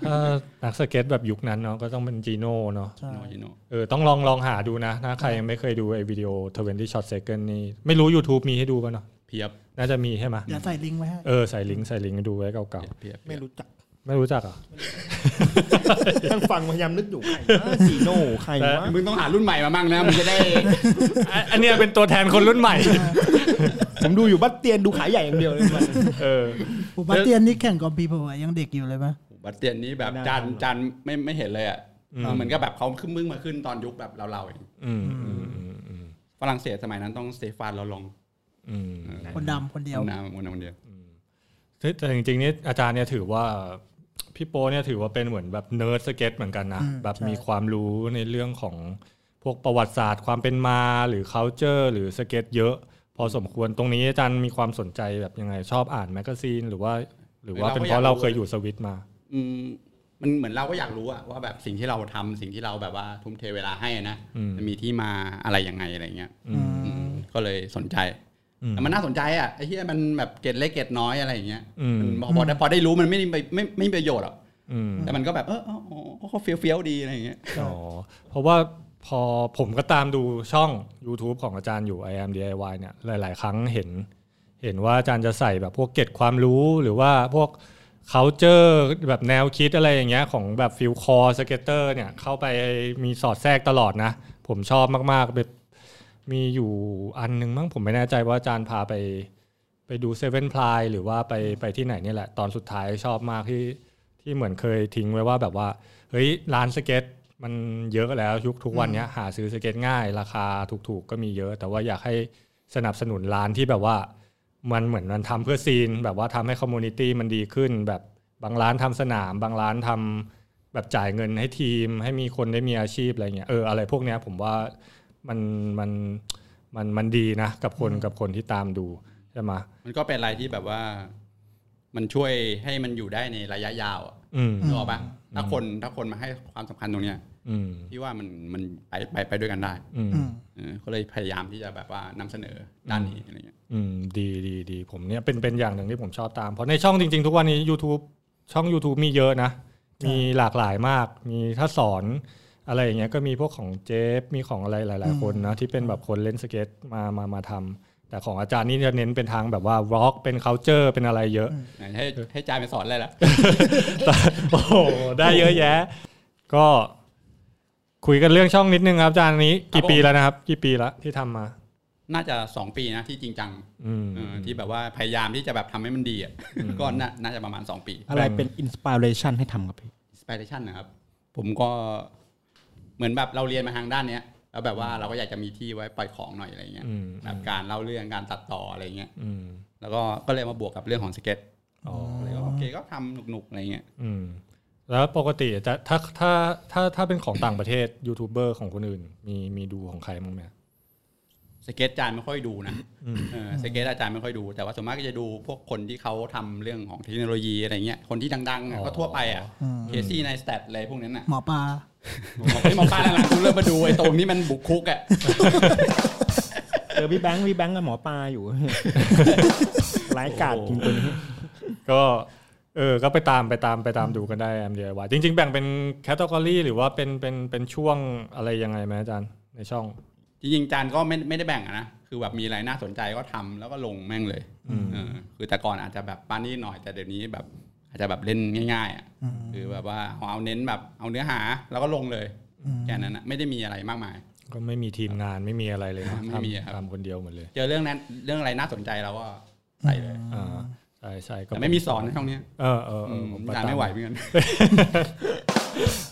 S3: ถ้านักสเก็ตแบบยุคนั้นเนาะก็ต้องเป็นจีโน่เนาะ
S6: ใช่
S5: โนจิโน
S3: เออต้องลองลองหาดูนะถ้าใครยังไม่เคยดูไอวิดีโอ20 short second นี่ไม่รู้ YouTube มีให้ดูป่ะเนาะ
S5: เพียบ
S3: น่าจะมีใช่ไหม
S6: เดี๋ยวใส่ลิงก์ไว้ให้
S3: เออใส่ลิงก์ใส่ลิงก์ดูไว้เก่า
S5: เพียบ
S4: ไม่รู้จัก
S3: ๆ ไม่รู้จักเหรอ่ะ
S4: ท่านฟังพยายามนึกอยู่ใครวะจีโน่ใครวะ
S5: มึงต้องหารุ่นใหม่มามั่งนะมึงจะได้
S3: อันเนี้ยเป็นตัวแทนคนรุ่นใหม่
S4: ผมดูอยู่บัตเตียนดูขายใหญ่อย่างเดียวเลยมัน
S3: เออ
S6: ปูบัตเตียนนี่แข่งกอมพีเปล่าวะยังเด็กอยู่เลยปะ
S5: บัตเตียนนี้แบบ
S4: ไม่น่า
S5: จาน
S4: ทำหรอก
S5: จานไม่ไม่เห็นเลยอ่ะเหมือนกับแบบเขาขึ้นมึงมาขึ้นตอนยุคแบบเราๆเอง
S3: อืมอืมอืมอืม
S5: ฝรั่งเศสสมัยนั้นต้องสเตฟานเราลอง
S3: อืม
S6: คนดำคนเดียว
S5: น้ำคนน้ำคนเดียว
S3: แต่แต่จริงๆนี่อาจารย์เนี่ยถือว่าพี่โป้เนี่ยถือว่าเป็นเหมือนแบบเนิร์ดสเก็ตเหมือนกันนะ
S6: อืม
S3: แบบ
S6: ใช่
S3: มีความรู้ในเรื่องของพวกประวัติศาสตร์ ความเป็นมาหรือ culture หรือสเก็ตเยอะ พอสมควรตรงนี้อาจารย์มีความสนใจแบบยังไงชอบอ่านแมกกาซีนหรือว่า หรือว่าเป็นเพราะเราเคยอยู่สวิตมา
S5: อืมมันเหมือนเราก็อยากรู้อะว่าแบบสิ่งที่เราทำสิ่งที่เราแบบว่าทุ่มเทเวลาให้อะนะ
S3: อืม
S5: จะมีที่มาอะไรยังไงอะไรเงี้ย
S3: อืม
S5: อืมก็เลยสนใจ
S3: อืม
S5: แต่มันน่าสนใจอะไอ้เหี้ยมันแบบเกตเล็กเกตน้อยอะไรอย่างเงี้ย
S3: อืม
S5: มันพอพอได้พอได้รู้มันไม่ได้ไม่ไม่ไม่มีประโยชน์หรอก
S3: อืม
S5: แต่มันก็แบบเออเออเออเขาเฟี้ยวๆดีอะไรอย่างเงี้ย
S3: อ๋อเพราะว่าพอผมก็ตามดูช่อง YouTube ของอาจารย์อยู่ I am DIY เนี่ยหลาย ๆ ครั้งเห็น เห็นว่าอาจารย์จะใส่แบบพวกเกร็ดความรู้หรือว่าพวก culture แบบแนวคิดอะไรอย่างเงี้ยของแบบฟิลคอสเก็ตเตอร์เนี่ยเข้าไปมีสอดแทรกตลอดนะ ผมชอบมาก ๆ แบบมีอยู่อันนึงมั้งผมไม่แน่ใจว่าอาจารย์พาไป ไปดูเซเว่นพลายหรือว่าไปไปที่ไหนเนี่ยแหละ ตอนสุดท้ายชอบมากที่ที่เหมือนเคยทิ้งไว้ว่าแบบว่า เฮ้ยร้านสเก็ตมันเยอะแล้วยุคทุกวันเนี้ยหาซื้อสเก็ตง่าย ราคาถูกๆก็มีเยอะ แต่ว่าอยากให้สนับสนุนร้านที่แบบว่า มันเหมือนมันทำเพื่อซีน แบบว่าทำให้คอมมูนิตี้มันดีขึ้น แบบบางร้านทำสนาม บางร้านทำแบบจ่ายเงินให้ทีม ให้มีคนได้มีอาชีพอะไรเงี้ยเอออะไรพวกเนี้ยผมว่ามันมันมันมันดีนะ กับคนกับคนที่ตามดูใช่ไหมะ
S5: มันก็เป็นอะไรที่แบบว่า มันช่วยให้มันอยู่ได้ในระยะยาวอะ
S3: อืม
S5: นึกออกปะถ้าคนถ้าคนมาให้ความสำคัญตรงเนี้ย
S3: อืม
S5: พี่ว่ามันมันไปไปไปด้วยกันได้
S3: อืม
S6: อืม
S5: เออก็เลยพยายามที่จะแบบว่านำเสนอด้านนี้อะไรเงี้ย
S3: อืมดีดีดีผมเนี่ยเป็นเป็นอย่างหนึ่งที่ผมชอบตาม เพราะในช่องจริง ๆ ทุกวันนี้ YouTube ช่อง YouTube มีเยอะนะ มีหลากหลายมาก มีถ้าสอนอะไรอย่างเงี้ยก็มีพวกของเจฟมีของอะไรหลาย ๆ คนนะที่เป็นแบบคนเล่นสเก็ตมามามาทำแต่ของอาจารย์นี่จะเน้นเป็นทางแบบว่าวล็อกเป็น c u เจอร์เป็นอะไรเยอะ
S5: ไหนให้ให้จายไปสอนอะไร
S3: *laughs*
S5: ล่ะ
S3: โอ้โหได้เยอะแยะ ก็คุยกันเรื่องช่องนิดนึงครับอาจารย์อันนี้ กี่ปีแล้วนะครับ กี่ปีแล้วที่ทำมา
S5: น่าจะสองปีนะที่จริงจัง
S3: อืม
S5: เออที่แบบว่าพยายามที่จะแบบทำให้มันดีอ่ะก็น่าน่าจะประมาณสองปี
S4: อะไรเป็นอินสปิเรชันให้ทำกับพี่
S5: inspiration นะครับ ผมก็เหมือนแบบเราเรียนมาทางด้านเนี้ยแล้วแบบว่าเราก็อยากจะมีที่ไว้ปล่อยของหน่อยอะไรเงี้ย
S3: อืม
S5: แบบการเล่าเรื่องการตัดต่ออะไรเงี้ย
S3: อืม
S5: แล้วก็ก็เลยมาบวกกับเรื่องของสเก็ต
S3: อ๋อ
S5: เลยก็โอเคก็ทำหนุกๆอะไรเงี้ย
S3: อืมแล้วปกติจะถ้าถ้าถ้าถ้าเป็นของต่างประเทศยูทูบเบอร์ของคนอื่น มีมีดูของใครบ้างไหม
S5: สเก็ตอาจารย์ไม่ค่อยดูนะเออสเก็ตอาจารย์ไม่ค่อยดู แต่ว่าส่วนมากก็จะดูพวกคนที่เขาทำเรื่องของเทคโนโลยีอะไรเงี้ย คนที่ดังๆ
S3: อ๋
S5: อะ
S3: อ
S5: ก็ทั่วไปอ่ะ
S6: อืม
S5: เคซี่ไนสแตทอะไรพวกนั้นอ่ะ
S6: หมอปลา
S5: บอกให้ยหมอป้าหลังๆกูเริ่มมาดูไอ้ตรงนี้มันบุกคุกอ่ะ
S4: เจอพี่แบงค์พี่แบงค์กับหมอปลา
S7: *laughs*
S4: อยู่ ร้ายกาจจริงตัวนี้
S3: ก็เออก็ไปตามไปตามไปตามดูกันได้ MDIY จริง ๆ แบ่งเป็นแคตตา o r y หรือว่าเป็นเป็นเป็นช่วงอะไรยังไงไหมอาจารย์ในช่อง
S5: จริงๆจานก็ไม่ไม่ได้แบ่งอะนะ คือแบบมีอะไรน่าสนใจก็ทำแล้วก็ลงแม่งเลยเออคือแต่ก่อนอาจจะแบบป้านี่หน่อย แต่เดี๋ยวนี้แบบอาจจะแบบเล่นง่ายๆอ่ะ คือแบบว่าเอาเน้นแบบเอาเนื้อหาแล้วก็ลงเลยแค่นั้นนะไม่ได้มีอะไรมากมาย
S3: ก็ไม่มีทีมงานไม่มีอะไรเลยนะ
S5: ไม่มีครับ
S3: ทำทำคนเดียวหมดเลย
S5: เจอเรื่องนั้นเรื่องอะไรน่าสนใจเราก็ใส่เลย
S3: อ่าใช่ใช่ก็
S5: แต่ไม่มีสอนในช่องเนี้ย
S3: เออเออเออผป
S5: จาน
S3: ต
S5: ไม่ไหวเหมือนกัน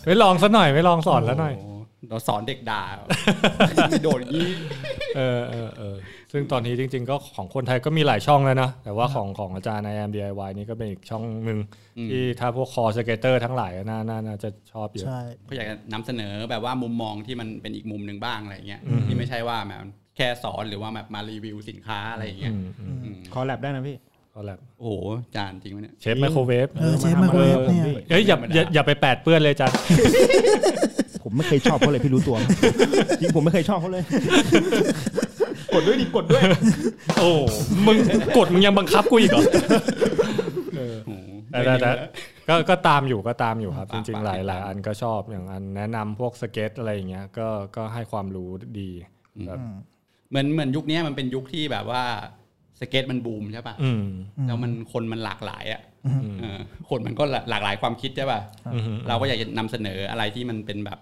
S3: ไม่ลองซะหน่อยไม่ลองสอนแล้วหน่อย
S5: โโเราสอนเด็ก
S3: *laughs*
S5: ด่า โดนอย่างนี้
S3: เออเออเออซึ่งตอนนี้จริง ๆ ก็ของคนไทยก็มีหลายช่องแล้วนะ แต่ว่าของของอาจารย์ใน m DIY นี่ก็เป็นอีกช่องหนึ่งที่ถ้าพวกคอสเกตเตอร์ทั้งหลายน่าน่าน่าจะชอบเยอะ
S6: ใช่
S5: ก็อยากจะนำเสนอแบบว่ามุมมองที่มันเป็นอีกมุมหนึ่งบ้างอะไรเงี้ยที่ไม่ใช่ว่าแบบแค่สอนหรือว่าแบบมารีวิวสินค้าอะไรเงี้ยอืม
S4: คอแลบได้นะพี่
S3: ก็แหละ
S5: โอ้โหจานจริงไหมเนี่ย
S3: เชฟไมโครเวฟ
S6: เออเชฟไมโครเวฟเนี่ย
S3: เอ้ยอย่าอย่าอย่าไปแปดเปื้อนเลยจัน
S4: ผ
S7: ผมไม่เคยชอบเขาเลยพี่รู้ตัว จริงผมไม่เคยชอบเขาเลย
S5: *laughs* กดด้วยดิกดด้วย
S3: โอ้มึงกดมึงยังบังคับกูอีกเหรอ แต่แต่แต่ก็ก็ตามอยู่ก็ตามอยู่ครับ จริงๆ หลายหลายอันก็ชอบอย่างอันแนะนำพวกสเก็ตอะไรอย่างเงี้ยก็ก็ให้ความรู้ดีแบบ
S5: เหมือนเหมือนยุคเนี้ยมันเป็นยุคที่แบบว่าสเก็ตมันบูมใช่ป่ะ
S3: อืม
S5: แล้วมันคนมันหลากหลายอ่ะเออคนมันก็หลากหลายความคิดใช่ป่ะ
S3: อืม
S5: เราก็อยากจะนำเสนออะไรที่มันเป็นแบบ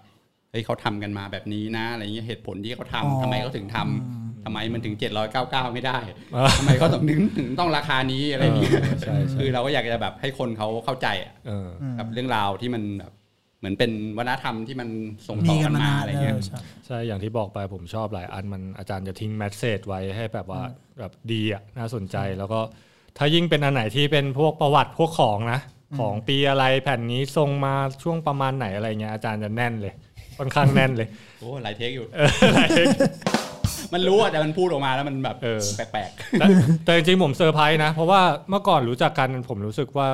S5: เฮ้ยเขาทำกันมาแบบนี้นะอะไรเงี้ยเหตุผลที่เขาทำ
S6: อ๋อ
S5: ทำไมเขาถึงทำทำไมมันถึง 799 ไม่ได้
S3: เออ
S5: ทำไมเขาถึงถึงถึงต้องราคานี้อะไรเงี้ย
S3: ใช่ใช่
S5: คือเราก็อยากจะแบบให้คนเขาเข้าใจอะ
S3: เออ
S6: อืม
S5: กับเรื่องราวที่มันแบบเหมือนเป็นวัฒนธรรมที่มันส่งต่
S6: มี
S5: อ
S6: กั
S5: กัน
S6: มา
S5: นาน
S6: มาน
S5: อะไร
S6: แล้ว
S5: เงี้ย
S6: ใช่
S3: ใช่อย่างที่บอกไปผมชอบหลายอันมันอาจารย์จะทิ้งแมสเซจไว้ให้แบบว่าแบบดีอ่ะน่าสนใจแล้วก็ถ้ายิ่งเป็นอันไหนที่เป็นพวกประวัติพวกของนะ ของปีอะไรแผ่นนี้ทรงมาช่วงประมาณไหนอะไรเงี้ยอาจารย์จะแน่นเลยค่อนข้างแน่นเลย *laughs*
S5: โอ้หลายเทคอยู่ มันรู้อะแต่มันพูดออกมาแล้วมันแบบ
S3: เออ
S5: แปลก
S3: แต่แต่จริงๆผมเซอร์ไพรส์นะ เพราะว่าเมื่อก่อนรู้จักกันผมรู้สึกว่า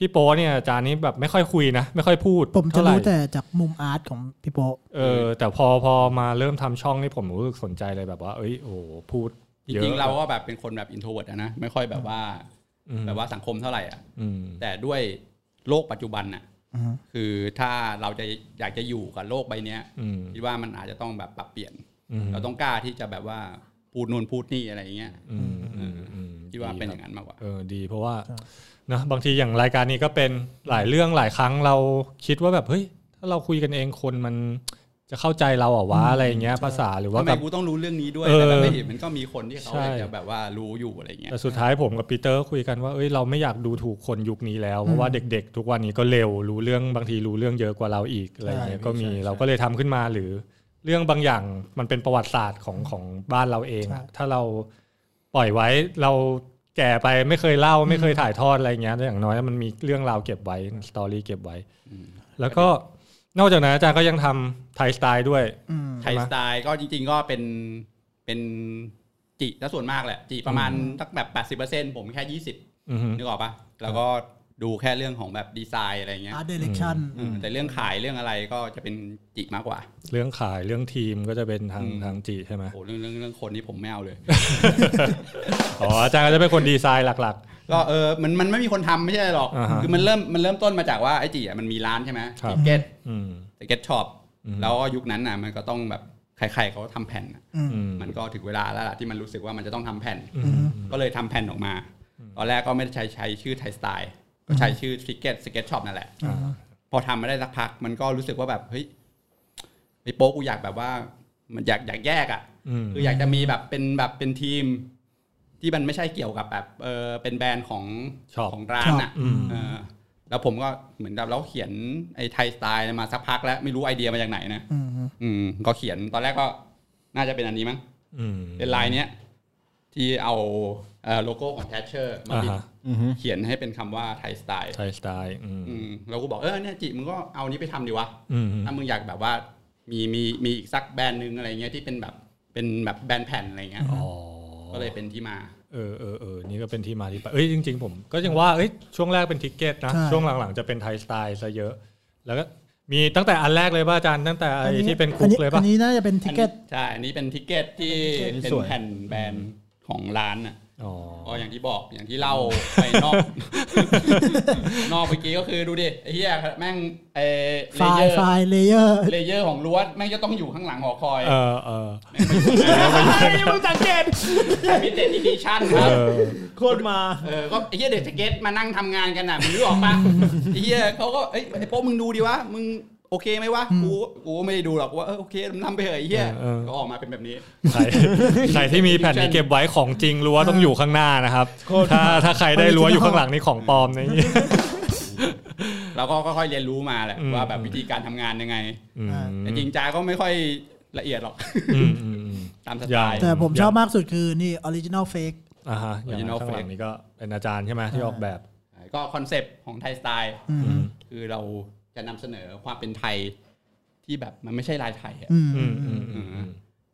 S3: พี่โป้เนี่ยอาจารย์นี้แบบไม่ค่อยคุยนะ ไม่ค่อยพูด
S6: ผมจะ
S3: เท่าไหร่
S6: รู้แต่จากมุมอาร์ตของพี่โปะ
S3: เออแต่พอพอมาเริ่มทำช่องนี่ผมรู้สึกสนใจเลยแบบว่า เอ้ยโอ้โหพูด
S5: ๆจ
S3: เยอะ
S5: ริงๆเราก็แบบเป็นคนแบบอินโทรเวิร์ดนะไม่ค่อยแบบว่า
S3: อืม
S5: แบบว่าสังคมเท่าไหร่อ่ะ
S3: อืม
S5: แต่ด้วยโลกปัจจุบันน่ะ
S6: อืม
S5: คือถ้าเราจะอยากจะอยู่กับโลกใบเนี้ย
S3: อืม
S5: คิดว่ามันอาจจะต้องแบบปรับเปลี่ยน
S3: อืม
S5: เราต้องกล้าที่จะแบบว่าพูดนู่นพูดนี่อะไรอย่างเงี้ย
S3: อืมอืมอืม
S5: คิดว่า
S3: ดี
S5: เป็น
S3: ค
S5: อ
S3: รับ
S5: ย่างนั้นมากกว่า
S3: เออดีเพราะว่านะบางทีอย่างรายการนี้ก็เป็นหลายเรื่องหลายครั้งเราคิดว่าแบบเฮ้ยถ้าเราคุยกันเองคนมันจะเข้าใจเราเหรอวะอะไรอย่างเงี้ยภาษาหรือว่า
S5: ทำไม
S3: กับ
S5: กูต้องรู้เรื่องนี้ด้วย
S3: เออ
S5: แต่แบบไม่เห็นมันก็มีคนที่เขา
S3: ใช่
S5: อยากจะแบบว่ารู้อยู่อะไรเงี้ย
S3: แต่สุดท้ายผมกับปีเตอร์คุยกันว่าเอ้ยเราไม่อยากดูถูกคนยุคนี้แล้ว เพราะว่าเด็ก ๆ ทุกวันนี้ก็เร็วรู้เรื่องบางทีรู้เรื่องเยอะกว่าเราอีกอะไรอย่างเงี้ยก็มี
S5: ใช่
S3: เราก็เลยทำขึ้นมาหรือ เรื่องบางอย่างมันเป็นประวัติศาสตร์ของของบ้านเราเองอะถ้าเราปล่อยไว้เราแก่ไปไม่เคยเล่าไม่เคยถ่ายทอดอะไรเงี้ยอย่างน้อยมันมีเรื่องราวเก็บไว้สตอรี่เก็บไว้ แล้วก็นอกจากนั้นอาจารย์ก็ยังทำไทยสไตล์ด้วย
S6: อืม
S5: ไทยสไตล์ก็จริง ๆ ก็เป็นเป็นจีแล้วส่วนมากแหละจีประมาณสักแบบ80%ผมแค่ 20
S3: อือฮึ
S5: นึกออกปะแล้วก็ดูแค่เรื่องของแบบดีไซน์อะไรเงี้ย
S6: อาร์ตเดเรคชั่น
S5: อืมแต่เรื่องขายเรื่องอะไรก็จะเป็นจิมากกว่า
S3: เรื่องขายเรื่องทีมก็จะเป็นทาง
S5: อืม
S3: ทางจีใช่ไหม
S5: โอ้เรื่องเรื่องเรื่องคนนี่ผมไม่เอาเลย
S3: อ๋ออาจารย์ก็จะเป็นคนดีไซน์หลัก
S5: ก็เออมันมันไม่มีคนทำไม่ใช่หรอก
S3: อ่าฮะ
S5: คือมันเริ่มมันเริ่มต้นมาจากว่าไอ้จีอ่ะมันมีร้านใช่ไหม
S3: ครับ
S5: สเก็ต
S3: ๆ อืม
S5: สเก็ตช็อป
S3: อืม
S5: แล้วก็ยุคนั้นน่ะมันก็ต้องแบบใครๆเขาก็ทำแผ่นน่ะ
S3: อืม
S5: มันก็ถึงเวลาแล้วล่ะที่มันรู้สึกว่ามันจะต้องทำแผ่น
S3: อืม
S5: ก็เลยทำแผ่นออกมา ตอนแรกก็ไม่ได้ใช้ใช้ชื่อไทยสไตล์ก็ใช้ชื่อสเก็ตสเก็ตช็อปนั่นแหละ
S3: อ่า
S5: พอทำมาได้สักพักมันก็รู้สึกว่าแบบเฮ้ยไอ้โป๊กกูอยากแบบว่ามันอยากอยากแยกอ่ะ
S3: อืม
S5: คืออยากจะมีแบบเป็นแบบเป็นทีม ที่มันไม่ใช่เกี่ยวกับแบบเออเป็นแบรนด์ของ
S3: Shop
S5: ของร้านอ่ะ
S3: อืม
S5: เออแล้วผมก็เหมือนกับเราเขียนไอ้ไทยสไตล์มาสักพักแล้วไม่รู้ไอเดียมาจากไหนนะ
S6: อืม
S5: อืมก็เขียนตอนแรกก็น่าจะเป็นอันนี้มั้ง
S3: อืม
S5: เป็นลายเนี้ยที่เอาเอ่อโลโก้ของแทชเชอร์มาปิด
S3: อ่าฮะ
S5: เขียนให้เป็นคำว่าไทยสไตล์
S3: ไทยสไตล์อืม
S5: อืมแล้วกูบอกเออเนี่ยจิมึงก็เอานี้ไปทำดีวะ
S3: อืม
S5: ถ้ามึงอยากแบบว่ามีมีมีอีกสักแบรนด์หนึ่งอะไรเงี้ยที่เป็นแบบเป็นแบบแบรนด์แผ่นอะไรเงี้ย
S3: อ๋อ
S5: ก็เลยเป็นที่มา
S3: เออเออเออนี่ก็เป็นที่มาที่ไป เอ้ยจริง ๆ ผมก็ยังว่า เอ้ยช่วงแรกเป็นทิกเก็ตนะ
S6: ใช่
S3: ช่วงหลังๆจะเป็นไทยสไตล์ซะเยอะ แล้วก็มีตั้งแต่อันแรกเลยป่ะอาจารย์ ตั้งแต่ไอ้
S6: ั
S3: ที่เป็นคุกเลยป่ะ
S6: อันนี้น่าจะเป็นทิ
S5: อัน
S6: เก็
S5: นี้
S6: ต
S5: ใช่ อันนี้เป็นทิกเก็ตที่
S7: อันนี้
S5: เป็น
S7: สวย
S5: แผ่นแบรนด์ของร้านอ่ะ
S3: อ๋อ
S5: ก็อย่างที่บอกอย่างที่เล่าไปนอก นอกเมื่อกี้ก็คือดูดิไอ้เหี้ยแม่งเอ
S6: ไฟล์ไฟล์เลเยอร์
S5: เลเยอร์ของรั้วแม่งจะต้องอยู่ข้างหลังหอคอย
S3: เออเออ
S5: ไม่รู้สังเกตมิเต็ดอีดิชั่นค
S3: เอ
S5: รับ
S3: อ
S4: โคตรมา
S5: เออก็ไอ้เหี้ยเด็กสเก็ตมานั่งทำงานกันน่ะมึงรู้ออกปะไอ้เหี้ยเขาก็เอ้ยไอ้โป๊ะมึงดูดิวะมึงโอเคไหมวะกูกูไม่ได้ดูหรอกว่าเออโอเคมันทำไปเถอะไอ้เหี้ย
S3: เออเออ
S5: ก็ออกมาเป็นแบบนี้
S3: ใครใครที่มีแผ่นนี้เก็บไว้ของจริงรั้วต้องอยู่ข้างหน้านะครับ ถ้าถ้าใครได้รั้วอยู่ข้างหลังนี่ของปลอมนะนี่
S5: เราก็ค่อยๆเรียนรู้มาแหละ
S3: อืม
S5: ว่าแบบวิธีการทำงานยังไง
S3: อืม
S5: แต่จริงจาก็ไม่ค่อยละเอียดหรอก *laughs*
S3: อืมอืมอืม
S5: ตามส
S3: อ
S5: ไต
S3: ย่า
S5: ล์
S6: แต่ผมชอบมากสุดคือนี่ออริจินอลเฟก
S3: อ่าฮะอย่างข้างหลังนี่ก็เป็นอาจารย์ใช่ไหมที่ออกแบบ
S5: ก็คอนเซปต์ของไทยสไตล์
S3: อืม
S5: คือเราจะนำเสนอความเป็นไทยที่แบบมันไม่ใช่ลายไทยอะ
S6: อืม
S3: อืมอืมอืมอืม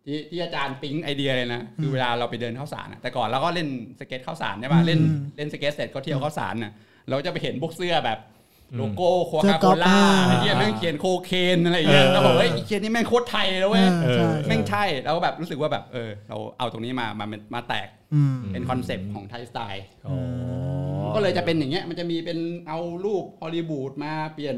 S5: ที่ที่อาจารย์ปิ๊งไอเดียเลยนะ คือเวลาเราไปเดินเข้าสารอะแต่ก่อนเราก็เล่นสเก็ตเข้าสารใช่ป่ะเล่นเล่นสเก็ตเสร็จก็เที่ยวเข้าสารน่ะเราจะไปเห็นพวกเสื้อแบบ โลโก้โคคาโค
S6: เสื้อก๊อป
S5: ล่า
S6: อ่า
S5: ไอ้เหี้ยแม่งเขียนโคเคนอะไรอย่างเงี้ย
S3: เออ
S5: แล้วบอกเฮ้ยไอ้เขียนนี่แม่งโคตรไทยเลย
S6: เอ
S5: เว้ย
S6: อใช่
S5: แม่งใช่แล้วก็แบบรู้สึกว่าแบบเออเราเอาตรงนี้มามาเป็นมาแตก
S6: อืม
S5: เป็นคอนเซปต์ของไทยสไตล์
S3: อ๋อ
S5: ก็เลยจะเป็นอย่างเงี้ยมันจะมีเป็นเอารูปฮอลลีวูดมาเปลี่ยน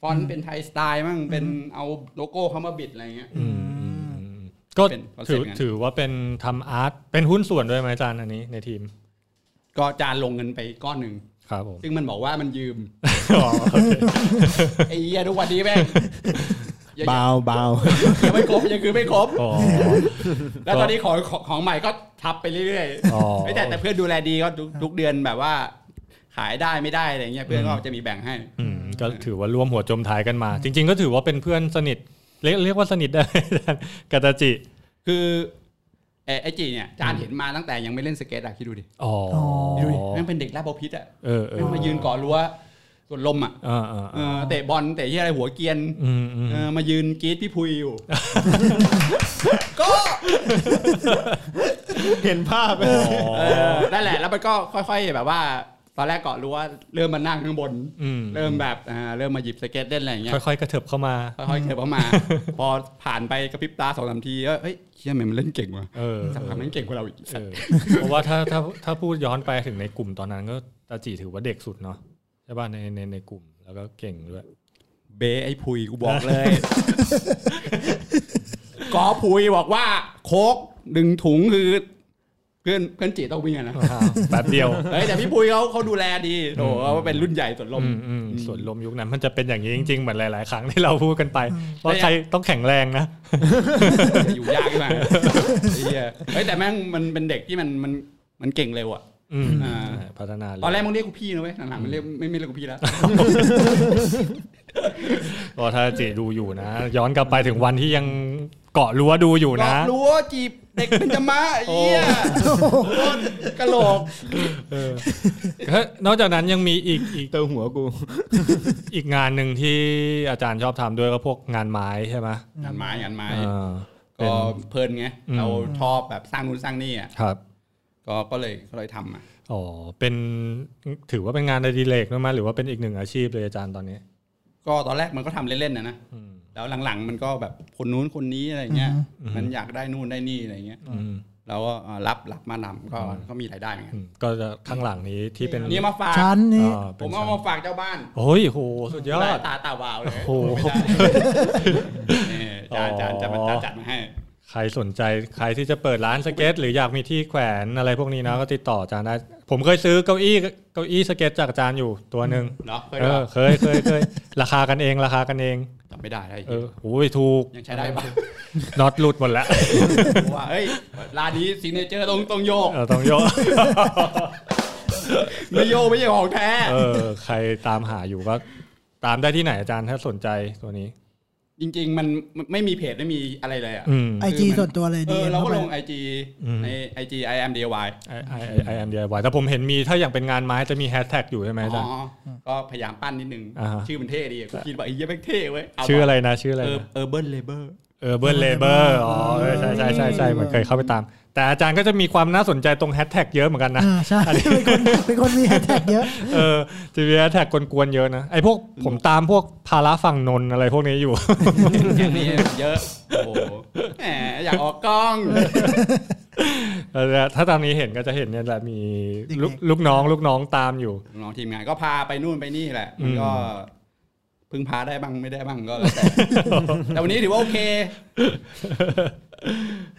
S5: ฟอนต์เป็นไทยสไตล์มั่งเป็นเอาโลโก้เขามาบิดอะไรเงี้ย
S3: อืมอืมอืมก็
S5: เป็นคอนเซ็
S3: ถื
S5: ปต์
S3: อ
S5: งั้น
S3: ถือว่าเป็นทำอาร์ตเป็นหุ้นส่วนด้วยไหมอาจารย์อันนี้ในทีม
S5: ก็จานลงเงินไปก้อนหนึ่ง
S3: ครับผม
S5: ซึ่งมันบอกว่ามัน
S3: *laughs*
S5: ยืม
S3: อ๋อโอเค
S5: ไอ้เหี้ยทุกวันนี้แม่ง
S3: *laughs*
S5: อย่า
S4: เบาเบา
S5: อย่าไม่ครบยังคือไม่
S3: *laughs*
S5: ครบ
S3: อ๋อ
S5: แล้วตอนนี้ของของของใหม่ก็ทับไปเรื่อย
S3: อ๋อ
S5: ๆไม่แต่แต่เพื่อนดูแลดีก็ทุกทุกเดือนแบบว่า ขายได้ไม่ได้อะไรเงี้ยเพื่อนก็จะมีแบ่งให้
S3: อืมก็ถือว่าร่วมหัวจมท้ายกันมา จริง ๆ ก็ถือว่าเป็นเพื่อนสนิท เรียกเรียกว่าสนิทได้ไหมอาจารย์กาตาจิ
S5: คือเอ่อไอจีเนี่ยจานเห็นมาตั้งแต่ยังไม่เล่นสเก็ตอะคิดดูดิ
S3: อ๋อ
S6: อ๋อ
S5: ดูดิแม่งเป็นเด็กลาบพิษอะ
S3: เออเออ
S5: แม่
S3: ง
S5: มายืนเก่อรั้วส่วนลมอะ
S3: อ่าอ่า
S5: เออเตะบอลเตะที่อะไรหัวเกรียน
S3: อืมอืม
S5: เออมายืนกรีดพี่พุยอยู่ ก็
S4: เห็นภาพไหม
S5: เออนั่นแหละ แล้วมันก็ค่อย ๆ แบบว่า ตอนแรกเกาะรั้วเริ่มมานั่งข้างบน
S3: อืม
S5: เริ่มแบบอ่าเริ่มมาหยิบสเก็ตเล่นอะไรอย่างเงี้ย
S3: ค่อยๆ กระเถิบเข้ามา
S5: ค่อยๆเก็บออกมา พอผ่านไปกระพริบตาสองสามทีก็เฮ้ยเชี่ยแม่งมันเล่นเก่งว่ะ
S3: เออ
S5: สักพักแม่งเก่งกว่าเราอีก
S3: เออเพราะว่าถ้าถ้าถ้าพูดย้อนไปถึงในกลุ่มตอนนั้นก็ตาจีถือว่าเด็กสุดเนาะใช่ป่ะในในในกลุ่มแล้วก็เก่งด้วย
S5: *laughs* เบไอ้พุยกูบอกเลยกอพุยบอกว่า โคกดึงถุงคือเพื่อนเพื่อนจีต้องวิ่งอะนะ
S3: แป๊บเดียว
S5: เฮ้ยแต่พี่พุยเขาเขาดูแลดีโอ้เขาเป็นรุ่นใหญ่ส่วนลม
S3: อืมอืมส่วนลมยุคนั้นมันจะเป็นอย่างนี้จริงๆ เหมือนหลายๆ ครั้งที่เราพูดกันไป เพราะใครต้องแข็งแรงนะ
S5: อยู่ยากขึ้นมาไอ้เหี้ยเฮ้ยแต่แม่งมันเป็นเด็กที่มันมันมันเก่งเร็วอ่ะ
S3: อืม
S5: อ่า
S3: พัฒนาเลย
S5: ตอนแรกมึงเรียกกูพี่นะเว้ยหลังๆมันเรียกไม่ไม่เรียกกูพี่แล้ว
S3: ก็ถ้าจีดูอยู่นะ ย้อนกลับไปถึงวันที่ยังเกาะรั้วดูอยู่นะ
S5: หลอกลวงจีบเด็กเป็นจมาไอ้เหี้ยโดนกระโหลก
S3: เฮ้ยนอกจากนั้นยังมีอีกอีก
S4: เติมหัวกู
S3: อีกงานหนึ่งที่อาจารย์ชอบทำด้วยก็พวกงานไม้ใช่ไหม
S5: งานไม้งานไม้
S3: อ่าเป็
S5: ก็
S3: น
S5: เพลินไง
S3: อืม
S5: เราชอบแบบสร้างนู่นสร้างนี่อ่ะ
S3: ครับ
S5: ก็ก็เลยก็เลยทำอ่ะ
S3: อ๋อเป็นถือว่าเป็นงานอดิเรกด้วยไหมหรือว่าเป็นอีกหนึ่งอาชีพเลยอาจารย์ตอนนี้
S5: ก็ตอนแรกมันก็ทำเล่นๆนะนะ
S3: อืม
S5: แล้วหลังๆ มันก็แบบคนนู้นคนนี้อะไรเงี้ย
S3: อืม
S5: มันอยากได้นู่นได้นี่อะไรเงี้ย
S3: อืม
S5: เราก็เอ่อรับรับมานำก็ก็มีรายได้เหมือนกัน
S3: อืมก็จะข้างหลังนี้ที่เป็น
S5: นี่มาฝาก
S6: ชั้นนี่
S3: อ่
S5: ผ
S3: เป็น
S5: มเอามาฝากเจ้าบ้าน
S3: โอ้ยโหสุดยอด
S5: ตาตาวาวเลย
S3: โอ้โห
S5: ไม่ได้เนี่ยจานจานจะมาจัดมาให้
S3: ใครสนใจใครที่จะเปิดร้านสเก็ต หรืออยากมีที่แขวนอะไรพวกนี้นะก็ติดต่ออาจารย์ได้ผมเคยซื้อเก้าอี้เก้าอี้สเก็ตจากอาจารย์อยู่ตัวหนึ่ง
S5: เนาะเคย
S3: เอ
S5: เหร
S3: อ
S5: อ
S3: เคยเคยเคยราคากันเองราคากันเอง
S5: จำไม่ได้ได้
S3: เออโอ้ยถูก
S5: ยังใช้ได้ปะ
S3: น็อตหลุดหมดแล้ว
S5: ว่าเฮ้ยร้านนี้ซิงเนเจอร์ต้องต้องโยก
S3: เออต้องโยก *laughs*
S5: ไม่โยกไม่ใช่ของแท้
S3: เออ ใครตามหาอยู่ก็ตามได้ที่ไหนอาจารย์ถ้าสนใจตัวนี้
S5: จริง ๆ มันมันไม่มีเพจไม่มีอะไรเลยอ่ะ
S3: อืม
S6: ไอจีส่วนตัวเลย
S5: เอ
S6: ดี
S5: อเราก็ลง
S6: ไ
S5: ไอจี
S3: อืม
S5: ในไอจี i am diy
S3: ไอไอไอแอมดีไแต่ผมเห็นมีถ้าอย่างเป็นงานไม้จะมีแฮชแท็กอยู่ใช่ไหมอา
S5: อ๋
S3: จา
S5: อ
S3: รย์
S5: ก็พยายามปั้นนิดนึง
S3: อ่าฮะ
S5: ชื่อมันเท่ดีอะกูคิดว่าไอ้เหี้ยแม่งเท่เว้ยเา
S3: ชื่ออะไรนะ ชื่ออะไร
S5: เออ
S3: นะ
S5: เออเบิร์นเลเบอร์
S3: เออเบิร์เลเบอร์อ๋อเออใช่ใช่ใช่ใช่เหมือนเคยเข้าไปตาม แต่อาจารย์ก็จะมีความน่าสนใจตรงแฮชแท็กเยอะเหมือนกันนะ
S6: อ่าใช่ เป็นคนเป็นคนมีแฮชแท็กเยอะ
S3: เออจะมีแฮชแท็กกวนๆเยอะนะ ไอพวกผมตามพวกภาระฝั่งนนท์อะไรพวกนี้อยู่ *laughs*
S5: อย่างนี้เยอะ โอ้โหแหมอยากออกกล้อง
S3: เออถ้าตามนี้เห็นก็จะเห็นเนี่ยแหละมีลูก
S6: เด็กๆ
S3: ลูกน้องลูกน้องตามอยู่
S5: น้องทีมงานก็พาไปนู่นไปนี่แหละ มันก็ พึ่งพาได้บ้างไม่ได้บ้างก็แล้วแต่ *laughs* แต่วันนี้ถือว่าโอเค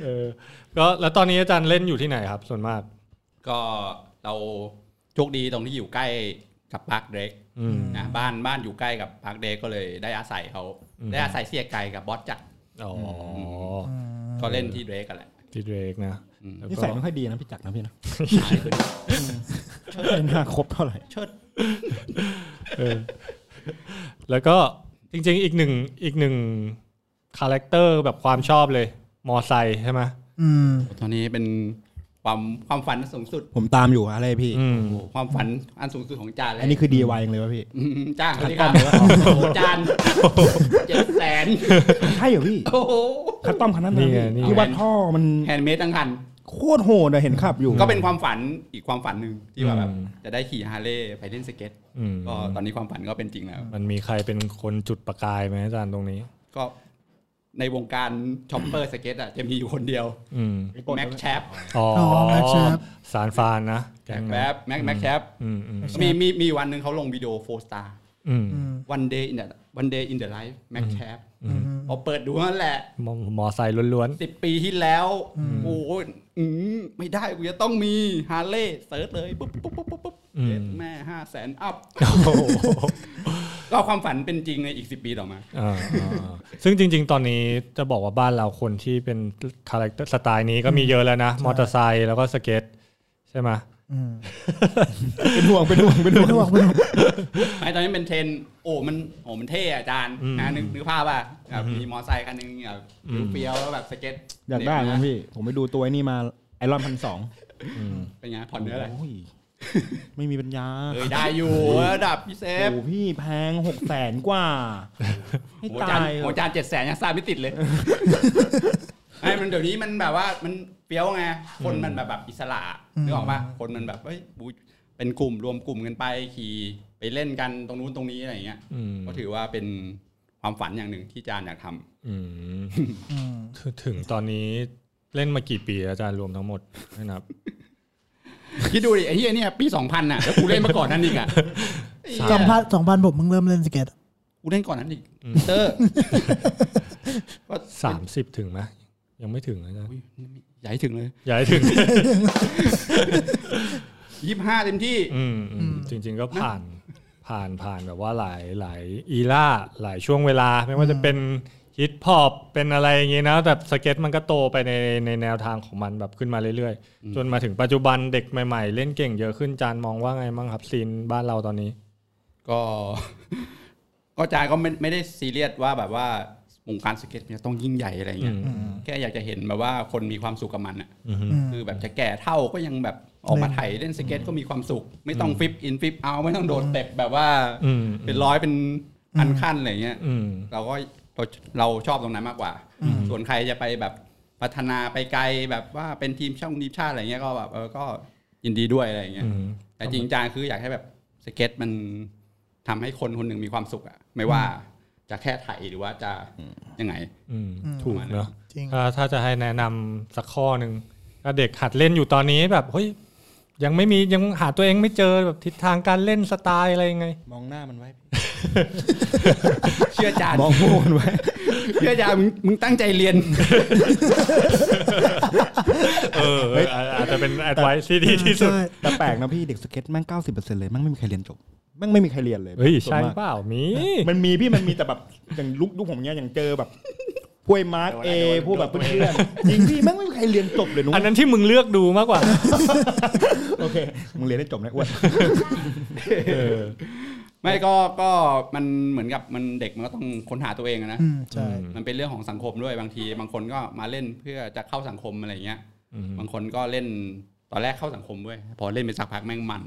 S3: เออก็แล้วตอนนี้อาจารย์เล่นอยู่ที่ไหนครับ ส่วนมาก
S5: ก็เราโชคดีตรงที่อยู่ใกล้กับพาร์คเดรก
S3: อืม
S5: นะบ้านบ้านอยู่ใกล้กับพาร์คเดรกก็เลยได้อาศัยเขา
S3: อืม
S5: ได้อาศัยเสียไก่กับบอสจักร
S3: อ๋ออ
S5: ก็เล่นที่เดรกกันแหละ
S3: ที่เดรกนะ
S5: อืม
S3: แล้ว
S7: นี่
S3: ก็
S7: ใส่ไม่ค่อยดีนะพี่จักรนะพี่นะ
S5: หายไปเลย
S7: ไม่น่าครบเท่าไหร่
S5: เชิด
S3: เออแล้วก็จริง ๆ อีกหนึ่งอีกหนึ่งคาแรคเตอร์แบบความชอบเลย มอไซค์ใช่ไหม
S6: อืม
S5: ตอนนี้เป็นความความฝันสูงสุด
S7: ผมตามอยู่อะไรพี่
S3: อืม
S5: โอ้โหความฝันอันสูงสุดของจานเลย
S7: อันนี้คือ DIY ยังเลยวะพี่
S5: มจ้างสวัสดีครับโอ้โหจ *laughs* านเจ็ดแสน
S7: ใช่เหรอพี่
S5: โอ้โห
S7: คัสตอมคันนั้น
S3: นี่ไง
S7: นะ
S3: นี่
S7: พี่
S3: ไง
S7: ว่าท่อมัน
S5: แฮนด์เมดตั้งคัน
S7: โคตรโหดอะเห็นขับอยู่
S5: ก็เป็นความฝันอีกความฝันหนึ่งที่ว่าแบบ
S3: อืม
S5: จะได้ขี่ฮาร์เลย์ไปเล่นสเก็ต
S3: อืม
S5: ก็ตอนนี้ความฝันก็เป็นจริงแล้ว
S3: มันมีใครเป็นคนจุดประกายไหมอาจารย์ตรงนี้
S5: ก็ในวงการช็อปเปอร์สเก็ตอ่ะจะมีอยู่คนเดียว
S3: อืม
S5: แม็กแชป
S3: อ๋อ
S6: อแม็กแชป
S3: สารฟานนะ
S5: แม็กแบบแม็กแม็กแชป
S3: อืมอืม
S5: มีมีมีวันหนึ่งเขาลงวิดีโอโฟสตาร์
S3: อืม
S5: one day in the one day in the life Mac Cap
S3: อืม
S5: พอเปิดดูนั่นแหละ
S3: มอมอไซค์ล้วน
S5: สิบปีที่แล้วโอ้โหอืมไม่ได้กูจะต้องมีฮาร์เลย์เซิร์ชเลยปุ๊บปุ๊บปุ๊บปุ๊บปุ๊บ
S3: อืม
S5: เจ็ดแม่ห้าแสนอัพ
S3: ๆโอ้โห
S5: ก็ความฝันเป็นจริงในอีกสิบปีต่อมา
S3: อ่าๆซึ่งจริง ๆ ตอนนี้จะบอกว่าบ้านเราคนที่เป็นคาแรคเตอร์สไตล์นี้ก็มีเยอะแล้วนะ มอเตอร์ไซค์แล้วก็สเก็ต ใช่ไหม
S7: เป็นห่วงเป็นห่วงเป็นห่วง
S6: ไม่ต้องบอกไม่ต้องบอก
S5: ไอ้ตอนนี้เป็นเทรนด์โอ้มันโอ้มันเท่อะอาจารย์นะนึกนึกภาพว่าแบบมีมอไซค์คันหนึงแบบเปรียวๆแล้วแบบสเก็ต
S7: อยากได้
S5: เน็
S7: มั้
S5: ต
S7: ง
S5: นะ
S7: พี่ ผมไปดูตัวไอ้นี่มาไอรอนพันสอง
S5: เป็นไงผ่อนเนื้ออะไร
S7: โยไม่มีปัญญา
S5: เอ้ยได้อยู่ระดับพี่เซ
S7: โอ้
S5: ฟ
S7: โหพี่แพงหกแสนกว่า ให้
S5: โอ้โหอาจา
S7: ตาน ย
S5: โอ้โหอาจานเจ็ดแสนยังสร้างไม่ติดเลยไอ้มันเดี๋ยวนี้มันแบบว่ามันเปรียวไงคนมันแบบแบบอิสระนึกออกปะคนมันแบบเฮ้ยบูเป็นกลุ่มรวมกลุ่มกันไปขี่ไปเล่นกันตรงนู้นตรงนี้อะไรอย่างเงี้ย
S3: อืม
S5: ก็ถือว่าเป็นความฝันอย่างหนึ่งที่อาจานอยากทำ
S3: อืม
S6: อืม
S3: ถึงถึงตอนนี้เล่นมากี่ปีอาจารย์รวมทั้งหมดให้นับ
S5: คิดดูดิไอ้เหี้ยเนี่ยปีสองพันน่ะแล้วกูเล่นมาก่อนนั้นอีกอ่ะ
S6: สองพันสองพันผมเพิ่งเริ่มเล่นสเก็ต
S5: กูเล่นก่อนนั้นอีกเตอร์ก็
S3: สามสิบถึงไหมยังไม่ถึงนะอาจารย์
S5: อุ๊ยใหญ่ถึงเลย
S3: อย่า *laughs* ให้ถึง
S5: ยี่ห้าเต็มที่
S3: อืมอืมจริง ๆ ก็ผ่านผ่านผ่านแบบว่าหลายหลายอีล่าหลายช่วงเวลา ไม่ว่าจะเป็นฮิตพอปเป็นอะไรอย่างงี้นะแต่สเก็ตมันก็โตไปในในแนวทางของมันแบบขึ้นมาเรื่อยๆ จนมาถึงปัจจุบันเด็กใหม่ ๆ เล่นเก่งเยอะขึ้นจานมองว่าไงมั่งครับซีนบ้านเราตอนนี้
S5: ก็ *laughs* ก็จายก็ไม่ไม่ได้ซีเรียสว่าแบบว่าวงการสเก็ตมันจะต้องยิ่งใหญ่อะไรเงี้ย
S3: อืม
S5: แค่อยากจะเห็นแบบว่าคนมีความสุขกับมันอ่ะ
S6: อืม
S5: คือแบบจะแก่เท่าก็ยังแบบออกมาไถเล่นสเก็ตก็มีความสุข ไม่ต้องฟิปอินฟิปเอาไม่ต้องโดดเต็ปแบบว่า
S3: อืม
S5: เป็นร้อยเป็นพันขั้นอะไรเงี้ย
S3: อืม
S5: เราก็เราเราชอบตรงนั้นมากกว่า ส่วนใครจะไปแบบพัฒนาไปไกลแบบว่าเป็นทีมช่องทีมชาติอะไรเงี้ยก็แบบเออก็ยินดีด้วยอะไรเงี้ย
S3: อืม
S5: แต่จริงจังคืออยากให้แบบสเก็ตมันทำให้คนคนหนึ่งมีความสุขอะไม่ว่าจะแค่ไถหรือว่าจะยังไง
S3: อืม
S6: อืม
S3: ถูกเนอะ
S6: จริง
S3: ถ้าถ้าจะให้แนะนำสักข้อหนึ่งถ้าเด็กหัดเล่นอยู่ตอนนี้แบบเฮ้ยยังไม่มียังหาตัวเองไม่เจอแบบทิศทางการเล่นสไตล์อะไรยังไง
S7: มองหน้ามันไว้พี่
S5: เชื่อจาน
S7: มองมูมันไว้
S5: เชื่อจานมึงมึงตั้งใจเรียน
S3: เออเอออาจจะเป็นแอดไวที่ดี *laughs* ที่สุด
S6: ใช่
S7: แต่แปลกนะพี่เด็กสเก็ตแม่งเก้าสิบเปอร์เซ็นต์เลยแม่งไม่มีใครเรียนจบแม่งไม่มีใครเรียนเลย
S3: เฮ้ย
S7: ส่วน
S3: ใช่
S7: มาก
S3: เปล่ามี
S7: มันมีพี่มันมีแต่แบบอย่างลุกลุกผมเนี้ยอย่างเจอแบบพวยมาร์ก
S5: โดน
S7: เอ
S5: อะไรโดน
S7: พวกแบบเพื่อนๆจริงพี่แม่งไม่มีใครเรียนจบเลยนุ้
S3: อันนั้นที่มึงเลือกดูมากกว่า
S7: โอเคมึงเรียนได้จบนะอ้วน
S5: ไม่ก็ก็มันเหมือนกับมันเด็กมันก็ต้องค้นหาตัวเองอะนะ
S6: อืมใช่
S5: มันเป็นเรื่องของสังคมด้วยบางที บางคนก็มาเล่นเพื่อจะเข้าสังคมอะไรเงี้ย
S3: อืม
S5: บางคนก็เล่นตอนแรกเข้าสังคมเว้ยพอเล่นไปสักพักแม่งมัน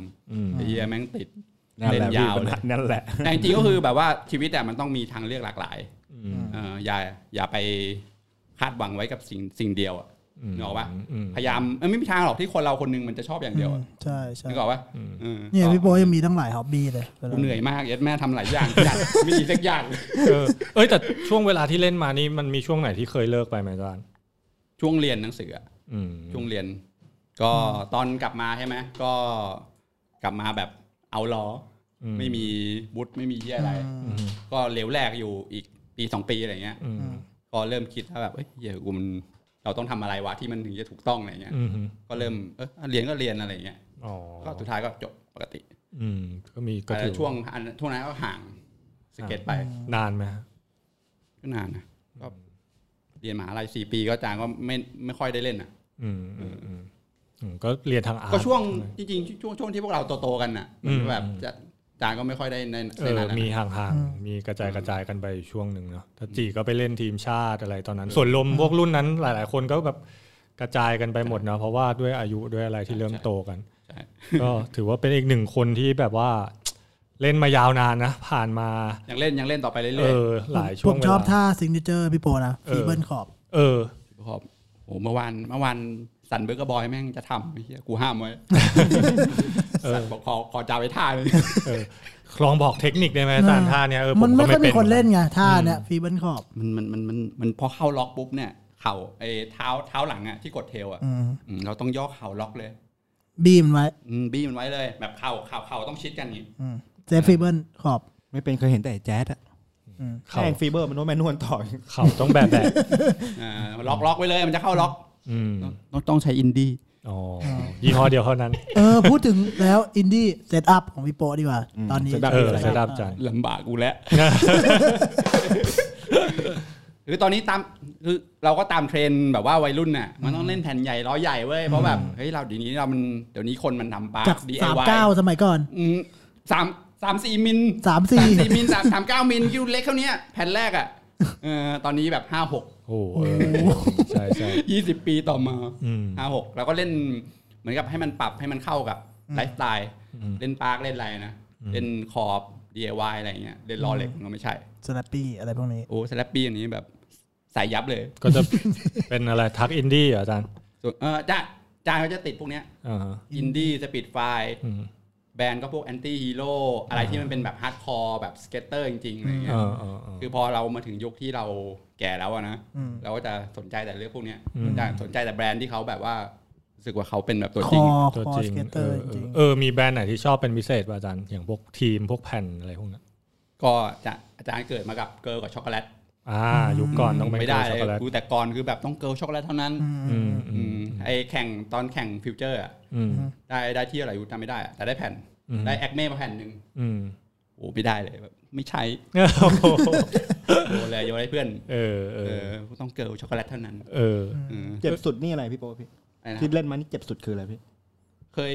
S5: ไอ้เฮียแม่งติด
S7: นั่น
S5: เล่
S7: แห
S5: น
S7: ละ
S5: ยาวเลย
S7: พี่นั่นแหละ
S5: แต่จริงๆก็คือแบบว่าชีวิตอะมันต้องมีทางเลือกหลากหลายเอออย่าอย่าไปคาดหวังไว้กับสิ่งสิ่งเดียวอะนึกออกปะ
S3: อืม
S5: พยายามเออไม่มีทางหรอกที่คนเราคนหนึงมันจะชอบอย่างเดียวอะ
S6: ใช่ใช่
S5: นึกออกปะเออ
S6: เนี่ยพี่โบยังมีตั้งหลายฮ็อบบี้เลย
S5: กูเหนื่อยมากเอ็ดแม่ทำหลายอย่าง *laughs* อยากมีอีกสักอย่าง
S3: เออเอ้ยแต่ช่วงเวลาที่เล่นมานี่มันมีช่วงไหนที่เคยเลิกไปไหมอาจารย์
S5: ช่วงเรียนหนังสืออะ
S3: อืม
S5: ช่วงเรียนก็ตอนกลับมาใช่ไหมก็กลับมาแบบเอาล้ออ
S3: ม
S5: ไม่มีบุตรไม่มีเยี่ยอะไร ก็เหลวแหลกอยู่อีกปีสองปีอะไรเงี้ย
S3: อืม
S5: ก็เริ่มคิดว่าแบบเอ้ยเหี้ยกูมันเราต้องทำอะไรวะที่มันถึงจะถูกต้องอะไรเงี้ย
S3: อืม
S5: ก็เริ่มเออเรียนก็เรียนอะไรเงี้ย
S3: อ๋อ
S5: ก็สุดท้ายก็จบปกติ
S3: อืมก็มีก็
S5: แต่
S3: ถือ
S5: ช่วงอันช่วงนั้นก็ห่างสเก็ตไป
S3: นานไหมฮะ
S5: ก็นานนะก็เรียนมหาลัยสี่ปีก็จางก็ไม่ไม่ค่อยได้เล่นอ่ะ
S3: อืมอืมอืมอืมก็เรียนทางอาร์ต
S5: ก็ช่วงจริงๆช่วงช่วงที่พวกเราโตๆกันน่ะมัน
S3: อืม
S5: แบบจะจางก็ไม่ค่อยได้ใน
S3: เอ
S5: ใน
S3: อ
S5: นั้นน่ะ
S3: มีห่างๆ มีกระจายกระจายกันไปช่วงหนึ่งเนาะถ้าจีก็ไปเล่นทีมชาติอะไรตอนนั้น ส่วนลมพวกรุ่นนั้นหลาย ๆ คนก็แบบกระจายกันไปหมดเนาะเพราะว่าด้วยอายุด้วยอะไรที่เริ่มโตกัน
S5: ใช่
S3: ก็ถือว่าเป็นอีกหนึ่งคนที่แบบว่า เล่นมายาวนานนะ ผ่านมา
S5: ยังเล่นยังเล่นต่อไปเรื่
S3: เอ
S5: อย
S3: อหลาย
S6: ผ
S3: ช่วง
S6: ม
S3: เว
S6: ชอบ
S3: ลา
S6: ท่าซิงเกิลเจอร์พี่โปนะ
S3: เออ
S6: ฟีเบิลขอบ
S3: เออ
S5: ๆครับโอ้เมื่อวานเมื่อวาน สันเบอร์เกอร์บอยแม่งจะทำไอ้เหี้ยกูห้ามไว้
S3: เออ
S5: สันบอกขอขอจาไว้ท่าเลย
S3: เออลองบอกเทคนิคได้ไหมอาจารย์
S6: อ่า
S3: ท่าเนี่ยเออผ
S6: มัน
S3: ม
S6: ไม่
S3: ก็
S6: ค่อย
S3: ไม่เป็
S6: มี
S3: น
S6: คนเล่นไงท่าเนี่ยฟีเบิลขอบ
S5: มันมันมันมันมันพอเข้าล็อกปุ๊บเนี่ย เข่าไอ้เท้าเท้าหลังอะที่กดเทลอะ
S6: อืม
S5: อืมเราต้องย่อเข่าล็อกเลย
S6: บีมไว้
S5: อืมบี้มันไว้เลย แบบเข่าเข่าเข่าต้องชิดกันอย่างนี้
S6: อืมเซฟฟีเบิลขอบ
S7: ไม่เป็นเคยเห็นแต่ไอ้แจ๊ดอะ
S3: เข่า
S7: แม่งฟีเบอร์มันโน้มแมนนวลต่อย
S3: เข่าต้องแบบแบบ
S5: อ่าล็อกล็อกไว้เลยมันจะเข้าล็อก
S3: อืม
S5: ต้องต้องใช้อินดี้
S3: อ๋อยี่ห้อเดียวเท่านั้น
S6: เออ พูดถึงแล้วอินดี้เซตอัพของพี่โปะดีกว่า ตอนนี้
S7: setup
S3: เออจะดับอาจารย์
S5: ลำบากกูแล้ว *laughs* คือตอนนี้ตามคือเราก็ตามเทรนด์แบบว่าวัยรุ่นน่ะ มันต้องเล่นแผ่นใหญ่ล้อใหญ่เว้ย เพราะแบบเฮ้ยเราเดี๋ยวนี้เรามันเดี๋ยวนี้คนมันทำปาร์ค
S6: จากสามเก้า
S5: DIY
S6: สมัยก่อน
S5: อืมสามสามสี่มิล
S6: สามสี่
S5: สี่มิลสามสามเก้ามิลคิวเล็กเท่าเนี้ยแผ่นแรกอ่ะเออตอนนี้แบบห้าหก
S3: โอ้โหเออใช่ใช่
S5: ยี่สิบปีต่อมา
S3: อืม
S5: ห้าหกเราก็เล่นเหมือนกับให้มันปรับให้มันเข้ากับไลฟ์สไตล์
S3: อืม
S5: เล่นปาร์คเล่นอะไรนะ เล่นคอร์บ DIY อะไรเงี้ยเล่นลอเล็กมันก็ไม่ใช่
S6: สแลปปี้อะไรพวกนี้
S5: โอ้สแลปปี้อันนี้แบบสายยับเลย
S3: ก็จะเป็นอะไรทักอินดี้เหรออาจารย์
S5: ส่วนเออจ้าจ้าเขาจะติดพวกเนี้ย
S3: อ่าฮะ
S5: อินดี้สปีดไฟ
S3: อืม
S5: แบรนด์ก็พวกแอนตี้ฮีโร่อะไรที่มันเป็นแบบฮาร์ดคอร์แบบสเก็ตเตอร์จริงๆอะไรเงี้
S3: เอย อเออเออ
S5: คือพอเรามาถึงยุคที่เราแก่แล้วอะนะ
S6: อืม
S5: เราก็จะสนใจแต่เรื่องพวกเนี้ย
S3: อืม
S5: สนใจสนใจแต่แบรนด์ที่เขาแบบว่ารู้สึกว่าเขาเป็นแบบตัว
S6: ค
S5: จริ
S6: อง
S3: ตัว
S6: คอ
S3: จริ
S6: ส
S3: ง
S6: เกตเตอ
S3: เอ
S6: ร์
S3: อ
S6: จริง
S3: เออมีแบรนด์ไหนที่ชอบเป็นพิเศษป่ะอาจารย์อย่างพวกทีมพวกแผ่นอะไรพวกนั้น
S5: ก็จะอาจารย์เกิดมากับเกิร์ลกับช็อกโกแลต
S3: อ่ายุคก่อนต้องเป็น
S5: ไม่ได้
S3: ช็
S5: เล
S3: อก
S5: ย
S3: โกแลต
S5: กูแต่ก่อนคือแบบต้องเกิร์ลช็อกโกแลตเท่านั้น
S3: อืม
S5: อื
S3: อืม
S5: มไอแข่งตอนแข่งฟิวเจอร์อะ
S3: อืม
S5: ได้ได้ที่อะไรกูจำไม่ได้อะแต่ได้แผ่น
S3: อืม
S5: ได้แอคเม่มาแผ่นหนึ่ง
S3: อืม
S5: โอ้ไม่ได้เลยแบบไม่ใช้
S3: โอ้โห
S5: โยนเลยโยนให้เพื่อน
S3: เออเอ
S5: เอ
S3: อ
S5: อกูต้องเกิร์ลช็อกโกแลตเท่านั้น
S3: เออ
S5: อืม
S7: เจ็บสุดนี่อะไรพี่โป้พี่
S5: อะไรนะ
S7: ที่เล่นมานี่เจ็บสุดคืออะไรพี่
S5: เคย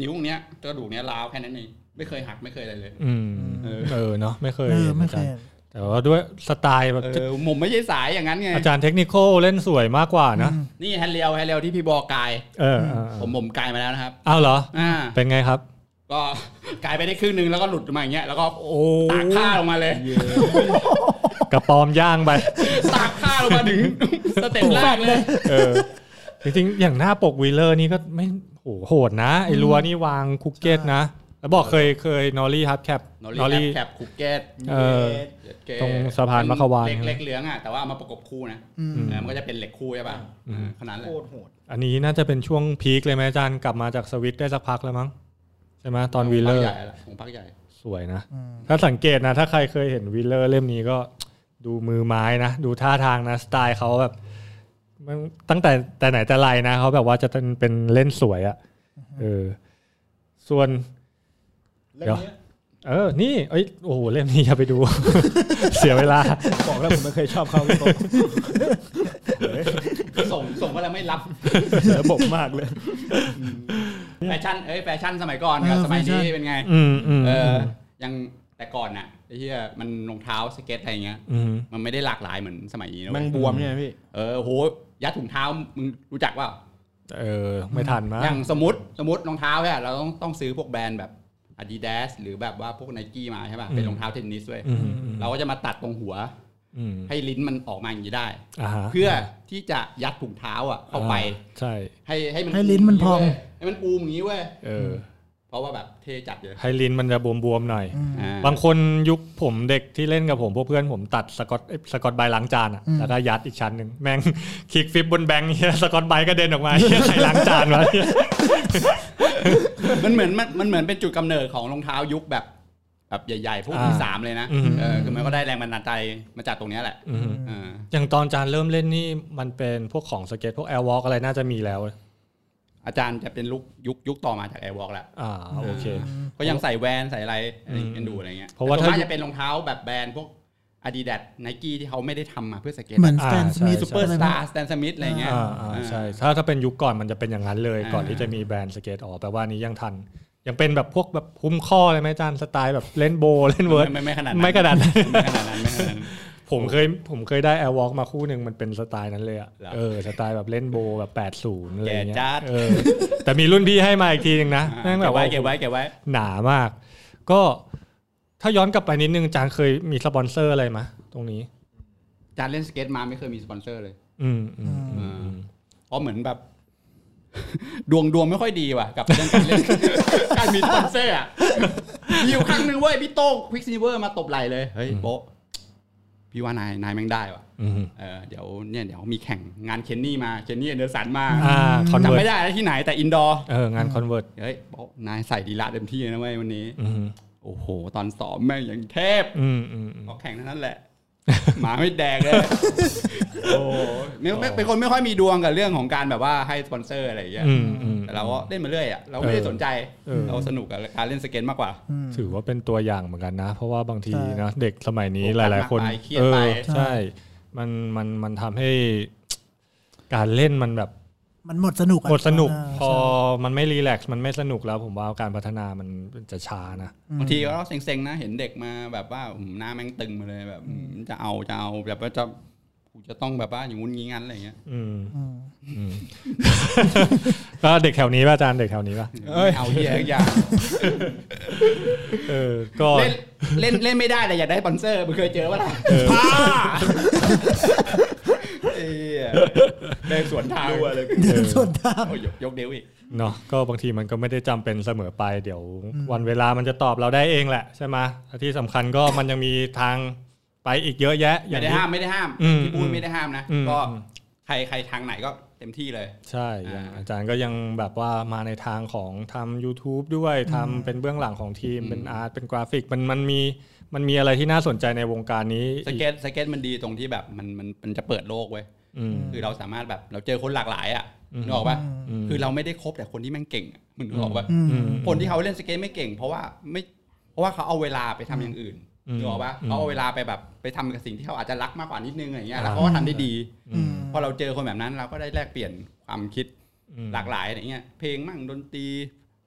S5: นิ้วตรงเนี้ยกระดูกเนี้ยร้าวแค่นั้นเองไม่เคยหักไม่เคยอะไรเลย
S3: อืมเออเนาะไม่เคย
S6: เออไม่เคย
S3: อาจารย์แต่ว่าด้วยสไตล์แบบ
S5: เออผมไม่ใช่สายอย่างนั้นไง
S3: อาจารย์เทคนิคอลเล่นสวยมากกว่านะ
S5: นี่แฮนเรียวแฮนเรียวที่พี่บอกาย
S3: เออเออเอ
S5: ผมผมกายมาแล้วนะครับ
S3: ออ้าวเหรอ
S5: อ่า
S3: เป็นไงครับ
S5: ก็ *laughs* กายไปได้ครึ่งหนึงแล้วก็หลุดมาอย่างเงี้ยแล้วก็
S3: โอ้
S5: ตากผ้าลงมาเลย
S3: กระปอมย่างไป
S5: *laughs* ตากผ้าลงมาถึง สเต็ปแรกเลย
S3: เออ จริงๆ อย่างหน้าปกวีเลอร์นี่ก็ไม่โหโหดนะ ไอ้รัวนี่วางคุกเก็ตนะ แล้วบอกเคยเคยนอรี่ฮับแคป
S5: นอรี่แคปคุกเกต
S3: เออ ตรงสะพานมะขวาน
S5: เล็กๆเหลืองอ่ะแต่ว่าเอามาประกบคู่นะ
S6: อืม
S5: เออมันก็จะเป็นเหล็กคู่ใช่ป่ะ
S3: อืม
S5: เออขนาดนั้นแห
S7: โค
S5: ละ
S7: ตรโหด
S3: อันนี้น่าจะเป็นช่วงพีคเลยไหมอาจารย์กลับมาจากสวิตได้สักพักแล้วมั้ง ใช่ไหมตอนวีเลอร์
S5: ขงภาคใหญ่ละของพักใหญ่
S3: สวยนะ
S6: อืม
S3: ถ้าสังเกตนะ ถ้าใครเคยเห็นวีเลอร์เล่มนี้ก็ดูมือไม้นะ ดูท่าทางนะ สไตล์เขาแบบมันตั้งแต่แต่ไหนแต่ไรนะเขาแบบว่าจะเป็นเป็นเล่นสวยอะเออ ส่วน
S7: เล่นเนี้ย
S3: เออ นี่เอ้ยโอ้โหเล่มนี้อย่าไปดู *laughs* เสียเวลา
S7: บอกแล้วผมไม่เคยชอบเขาพี่โป้
S5: *laughs* ส่งส่งก็แล้วไม่รับ
S7: เสียระบบมากเลย
S5: แฟชั่นเอ้ยแฟชั่นสมัยก่อนกับ
S6: เออ
S5: สมัย
S6: แฟชั่
S5: นี้
S6: น
S5: เป็นไง
S3: อืมอืม
S5: เออยังแต่ก่อนน่ะไอ้เหี้ยมันรองเท้าสเก็ตอะไรเงี้ย
S3: อืม
S5: มันไม่ได้หลากหลายเหมือนสมัยนี้นะ
S7: แม
S5: เว้ย
S7: งบวมเนี่ยพี่
S5: เออโหยัดถุงเท้ามึงรู้จักเปล่า
S3: เออ ไม่ทันมั้ง
S5: อย่างสมมติสมมติรองเท้าเนี่ยเราต้องต้องซื้อพวกแบรนด์แบบ Adidas หรือแบบว่าพวก n นกี้มาใช่ป่ะเป็นรองเท้าเทนนิสด้วย
S3: อืมอืม
S5: เราก็จะมาตัดตรงหัว
S3: อืม
S5: ให้ลิ้นมันออกมาอย่างนี้ได้
S3: อ่าฮะ
S5: เพื่อที่จะยัดถุงเท้าอ่ะเข้าไป
S3: ใช่
S5: ให้ให้มัน
S6: ให้ลิ้นมันพอง
S5: เว้ยให้มันอูมอย่างนี้เว้ย
S3: เออ
S5: เพราะว่าแบบเทจัดเลย
S3: ไฮลินมันจะบวมๆหน่อย
S5: อ่า
S3: บางคนยุคผมเด็กที่เล่นกับผม พวกเพื่อนผมตัดสกอตเอ้ยสกอตใบล้างจานอะ
S6: อืม
S3: แล้วก็ยัดอีกชั้นหนึ่งแม่ง คลิกฟิปบนแบงค์เหี้ย *laughs* สกอตใบก็เด็นออกมา *laughs* เหี้ยใครล้างจานวะเหี้ย *laughs*
S5: มันเหมือนมันมันเหมือนเป็นจุดกำเนิดของรองเท้ายุคแบบแบบใหญ่ๆพวกที่สามเลยนะเออคือมันก็ได้แรงบันดาลใจมาจากตรงเนี้ยแหละ
S3: อืม
S5: เออ
S3: อย่างตอนจานเริ่มเล่นนี่มันเป็นพวกของสเก็ตพวกแอร์วอล์กอะไรน่าจะมีแล้ว
S5: อาจารย์จะเป็นลุกยุคยุคต่อมาจากแอร์วอล์กแหละ
S3: อ่าโอเค
S5: ก็ยังใส่แวนใส่อะไรอะไร
S3: อืม
S5: กันดูอะไรเงี้ย
S3: เพราะว่า
S5: แต่ส่น
S3: ถ้าม
S5: กจะเป็นรองเท้าแบบแบรนด์พวก Adidas Nike ที่เขาไม่ได้ทำมาเพื่อสเก็ต
S6: เหมือนส
S3: อ่า
S6: แตนสมิธ
S3: ใช่
S5: ซูเปอร์สตาร์สแตนสมิธอะไรเงี้ย
S3: อ่าอ่า
S5: อ่า
S3: ใช่ถ้าถ้าเป็นยุคก่อนมันจะเป็นอย่างนั้นเลย
S5: อ่า
S3: ก่อนที่จะมีแบรนด์สเก็ตออกแปลว่านี้ยังทัน ยังเป็นแบบพวกแบบหุ้มข้อเลยไหมอาจานสไตล์แบบเล่นโบว์เล่นเวิ *laughs* ร์ด
S5: ไม่ไม่ไม่ขนาดนั้น
S3: ไม่ขนาดนั้น
S5: ไม่ขนาดนั้นไม่ขนาดนั้น
S3: ผมเคยผมเคยได้แอร์วอล์กมาคู่หนึ่งมันเป็นสไตล์นั้นเลยอะ
S5: เหรอ
S3: เออสไตล์แบบเล่นโบว์แบบ 80อะไรอย่างเงี้ย
S5: แก่จัด
S3: เออแต่มีรุ่นพี่ให้มาอีกทีหนึงนะแม่งแบ
S5: เก็
S3: บบ
S5: ไว้
S3: ว่า
S5: เก็บไว้เก็บไว้
S3: หนามาก ก็ถ้าย้อนกลับไปนิดนึงอาจานเคยมีสปอนเซอร์อะไรไหมะตรงนี้
S5: จานเล่นสเก็ตมาไม่เคยมีสปอนเซอร์เลย
S3: อืมอืมอืม
S5: เพราะเหมือนแบบ *laughs* ดวงดวงไม่ค่อยดีว่ะกับเรื่องการเล่น *laughs* การมีคอนเซ่อะมีอยู่ครั้งหนึ่งเว้ยพี่โต้งควิกซีเวอร์มาตบไหลเลยเฮ้ยโป๊ะพี่ว่านายนายแม่งได้ว่ะ
S3: อืม
S5: เออเดี๋ยวเนี่ยเดี๋ยวมีแข่งงานเคนนี่มาเคนนี่เดอร์สันมา
S3: อ่าคอนเวิ
S5: จำ
S3: ร์
S5: ไม่
S3: ต
S5: ได้ที่ไหนแต่อินดอร์
S3: เอองานคอนเวิร์ต
S5: เฮ้ยโป๊ะนายใส่ดีละเต็มที่เลยนะเว้ยวันนี้ โอ้โห ตอนสอบแม่งอย่างเทพ
S3: อืมอืมอืม
S5: พอแข่งเท่านั้นแหละ หมาไม่แดงเลย โอ้ไม่ไม่เป็นคนไม่ค่อยมีดวงกับเรื่องของการแบบว่าให้สปอนเซอร์อะไรอย่างเงี้ย
S3: อืมอืม
S5: แต่เราก็เล่นมาเรื่อยอ่ะเราไม่ได้สนใจ
S3: เออ
S5: เราสนุกกับการเล่นสเก็ตมากกว่า
S3: ถือว่าเป็นตัวอย่างเหมือนกันนะ เพราะว่าบางที
S6: ใช่
S3: นะเด็กสมัยนี้หลาย ๆ คน
S5: โอกสมกมเครียด
S3: เอ
S5: ไป
S3: อใช่ มันมันมันทำให้การเล่นมันแบบ
S6: มันหมดสนุกอะ
S3: หมดสนุก
S6: เ
S3: พอมันไม่รีแลกซ์มันไม่สนุกแล้ว ผมว่าการพัฒนามันจะช้านะ
S6: อืม
S5: บางทีก็เซ็งๆนะ เห็นเด็กมาแบบว่าอืมหน้าแม่งตึงมาเลยแบบอืมจะเอาจะเอาแบบว่าจะกูจะต้องแบบว่าอย่างงุ้นงี้งั้นอะไรอย่างเงี้ย
S3: อืม
S6: อืม
S3: อืมก็เด็กแถวนี้ป่ะอาจารย์เด็กแถวนี้ป่ะ
S5: ไม่เอาเหี้ยทุกอย่าง
S3: เออ ก็
S5: เล่นเล่นเล่นไม่ได้แต่อยากได้สปอนเซอร์มึงเคยเจอปะล่ะเอ้ยเดินสวนทางเลย
S6: เดินส่วนทาง
S5: ยกเดวอีก
S3: เนาะก็บางทีมันก็ไม่ได้จำเป็นเสมอไปเดี๋ยว วันเวลามันจะตอบเราได้เองแหละใช่ไหมแต่ที่สำคัญก็มันยังมีทางไปอีกเยอะแยะอย่าง
S5: ไม่ได้
S3: ที่
S5: ห้ามไม่ได้ห้าม
S3: อืม
S5: ที่พูดไม่ได้ห้ามนะ
S3: อืม
S5: ก็
S3: อืม
S5: ใครใครทางไหนก็เต็มที่เลย
S3: ใช่อย่าง
S5: อ่า
S3: อาจารย์ก็ยังแบบว่ามาในทางของทำ YouTube ด้วยทำเป็นเบื้องหลังของทีม
S5: อืม
S3: เป็นอาร์ตเป็นกราฟิกมันมันมีมันมีอะไรที่น่าสนใจในวงการนี้
S5: สเก็ตสเก็ตมันดีตรงที่แบบมันมันมันจะเปิดโลกเว้ย
S3: อืม
S5: คือเราสามารถแบบเราเจอคนหลากหลายอ่ะนึกออกป่ะ
S3: อืม
S5: คือเราไม่ได้คบแต่คนที่แม่งเก่งอะมึงนึกออกป่ะ
S6: อืม
S3: อืม
S5: คนที่เขาเล่นสเก็ตไม่เก่ง เพราะว่าไม่เพราะว่าเขาเอาเวลาไปทำอย่างอื่น
S3: อืม
S5: นึกออกป่ะ
S3: อืม
S5: เขาเอาเวลาไปแบบไปทำกับสิ่งที่เขาอาจจะรักมากกว่านิดนึงอะไรเงี้ย
S3: อ่า
S5: แล้วเขาก็ทำได้ดี
S6: อืม
S5: พอเราเจอคนแบบนั้นเราก็ได้แลกเปลี่ยนความคิด
S3: อืม
S5: หลากหลายอะไรเงี้ยเพลงมั่งดนตรี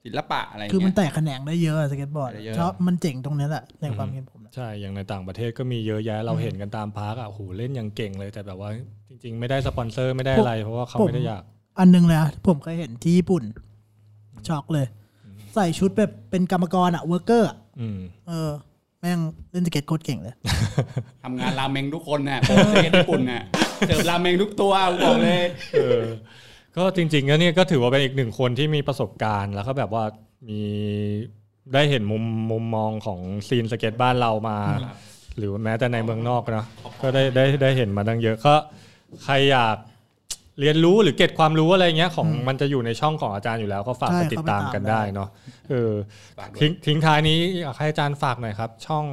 S5: ศิลปะอะไรเงี้ย
S6: คือมันแตกแขนงได้เยอะอะสเก็ตบอร์ด
S5: ได้เยอะ
S6: ชอบมันเจ๋งตรงเนี้ยแหละในความ
S3: อืม
S6: เห็นผมนะ
S3: ใช่ อย่างในต่างประเทศก็มีเยอะแยะเราเห็นกันตามพาร์คอ่ะโอ้โหเล่นอย่างเก่งเลยแต่แบบว่าจริง ๆ ไม่ได้สปอนเซอร์ไม่ได้อะไร เพราะว่าเขาไม่ได้อยาก
S6: อันนึงเลยอะที่ผมเคยเห็นที่ญี่ปุ่น ช็อกเลย ใส่ชุดแบบเป็นกรรมกรอะเวิร์กเกอร์
S3: อืม
S6: เออ แม่งเล่นสเก็ตโคตรเก่งเลย
S5: ทำงานราเมงทุกคนน่ะโปรเซสญี่ปุ่นน่ะเสิร์ฟราเมงทุกตัวกูบอกเลย
S3: เออก็จริงๆก็เนี่ยก็ถือว่าเป็นอีกหนึ่งคนที่มีประสบการณ์ แล้วก็แบบว่ามีได้เห็นมุมมุมมองของซีนสเก็ตบ้านเรามา หรือแม้แต่ในเมืองนอกนะก็ได้ได้ได้เห็นมาตั้งเยอะก็ใครอยากเรียนรู้หรือเก็บความรู้อะไรเงี้ยของมันจะอยู่ในช่องของอาจารย์อยู่แล้ว ก็ฝาก
S6: ใช่
S3: ไปติดตามกัน
S6: เข้าไปตาม
S3: ได้เนาะเออ
S5: ฝากด้วย
S3: ทิ้งทิ้งท้ายนี้อยากให้อาจารย์ฝากหน่อยครับ ช่อง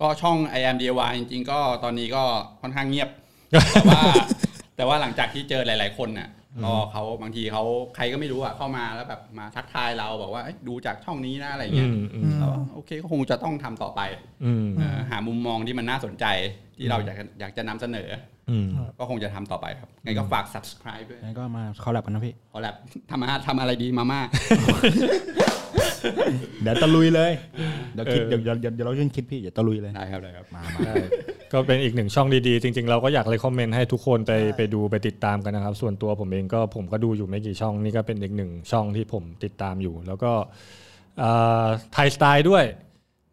S5: ก็ช่อง i am DIY จริงๆ ก็ตอนนี้ก็ค่อนข้างเงียบ แต่ว่า แต่ว่าหลังจากที่เจอหลาย ๆ คนน่ะก็เขาบางทีเขาใครก็ไม่รู้อ่ะเข้ามาแล้วแบบมาทักทายเราบอกว่าเอ้ยดูจากช่องนี้นะอะไรเงี้ย
S3: อืมอืม
S5: เราก็โอเคก็คงจะต้องทำต่อไป
S3: อืม
S5: เอ่อหามุมมองที่มันน่าสนใจที่เราอยากอยากจะนำเสนอ
S3: อืม
S5: ก็คงจะทำต่อไปครับไงก็ฝาก subscribe ด้วย
S7: งั้นก็มาคอลแลบกันนะพี่
S5: ขอแบบ *laughs* ทำอาหารทำอะไรดีมาม่า
S7: เดี๋ยวตะลุยเลย เดี๋ยวคิดเดี๋ยวเดี๋ยวเดี๋ยวเดี๋ยวเรายื่นคิดพี่เดี๋ยวตะลุยเลย
S5: ได้ครับได้ครับ
S7: มามา
S3: ได้ก็เป็นอีกหนึ่งช่องดีๆ จริง ๆ เราก็อยากเลยคอมเมนต์ให้ทุกคนไปไปดูไปติดตามกันนะครับ ส่วนตัวผมเองก็ผมก็ดูอยู่ไม่กี่ช่องนี่ก็เป็นอีกหนึ่งช่องที่ผมติดตามอยู่ แล้วก็ไทยสไตล์ด้วย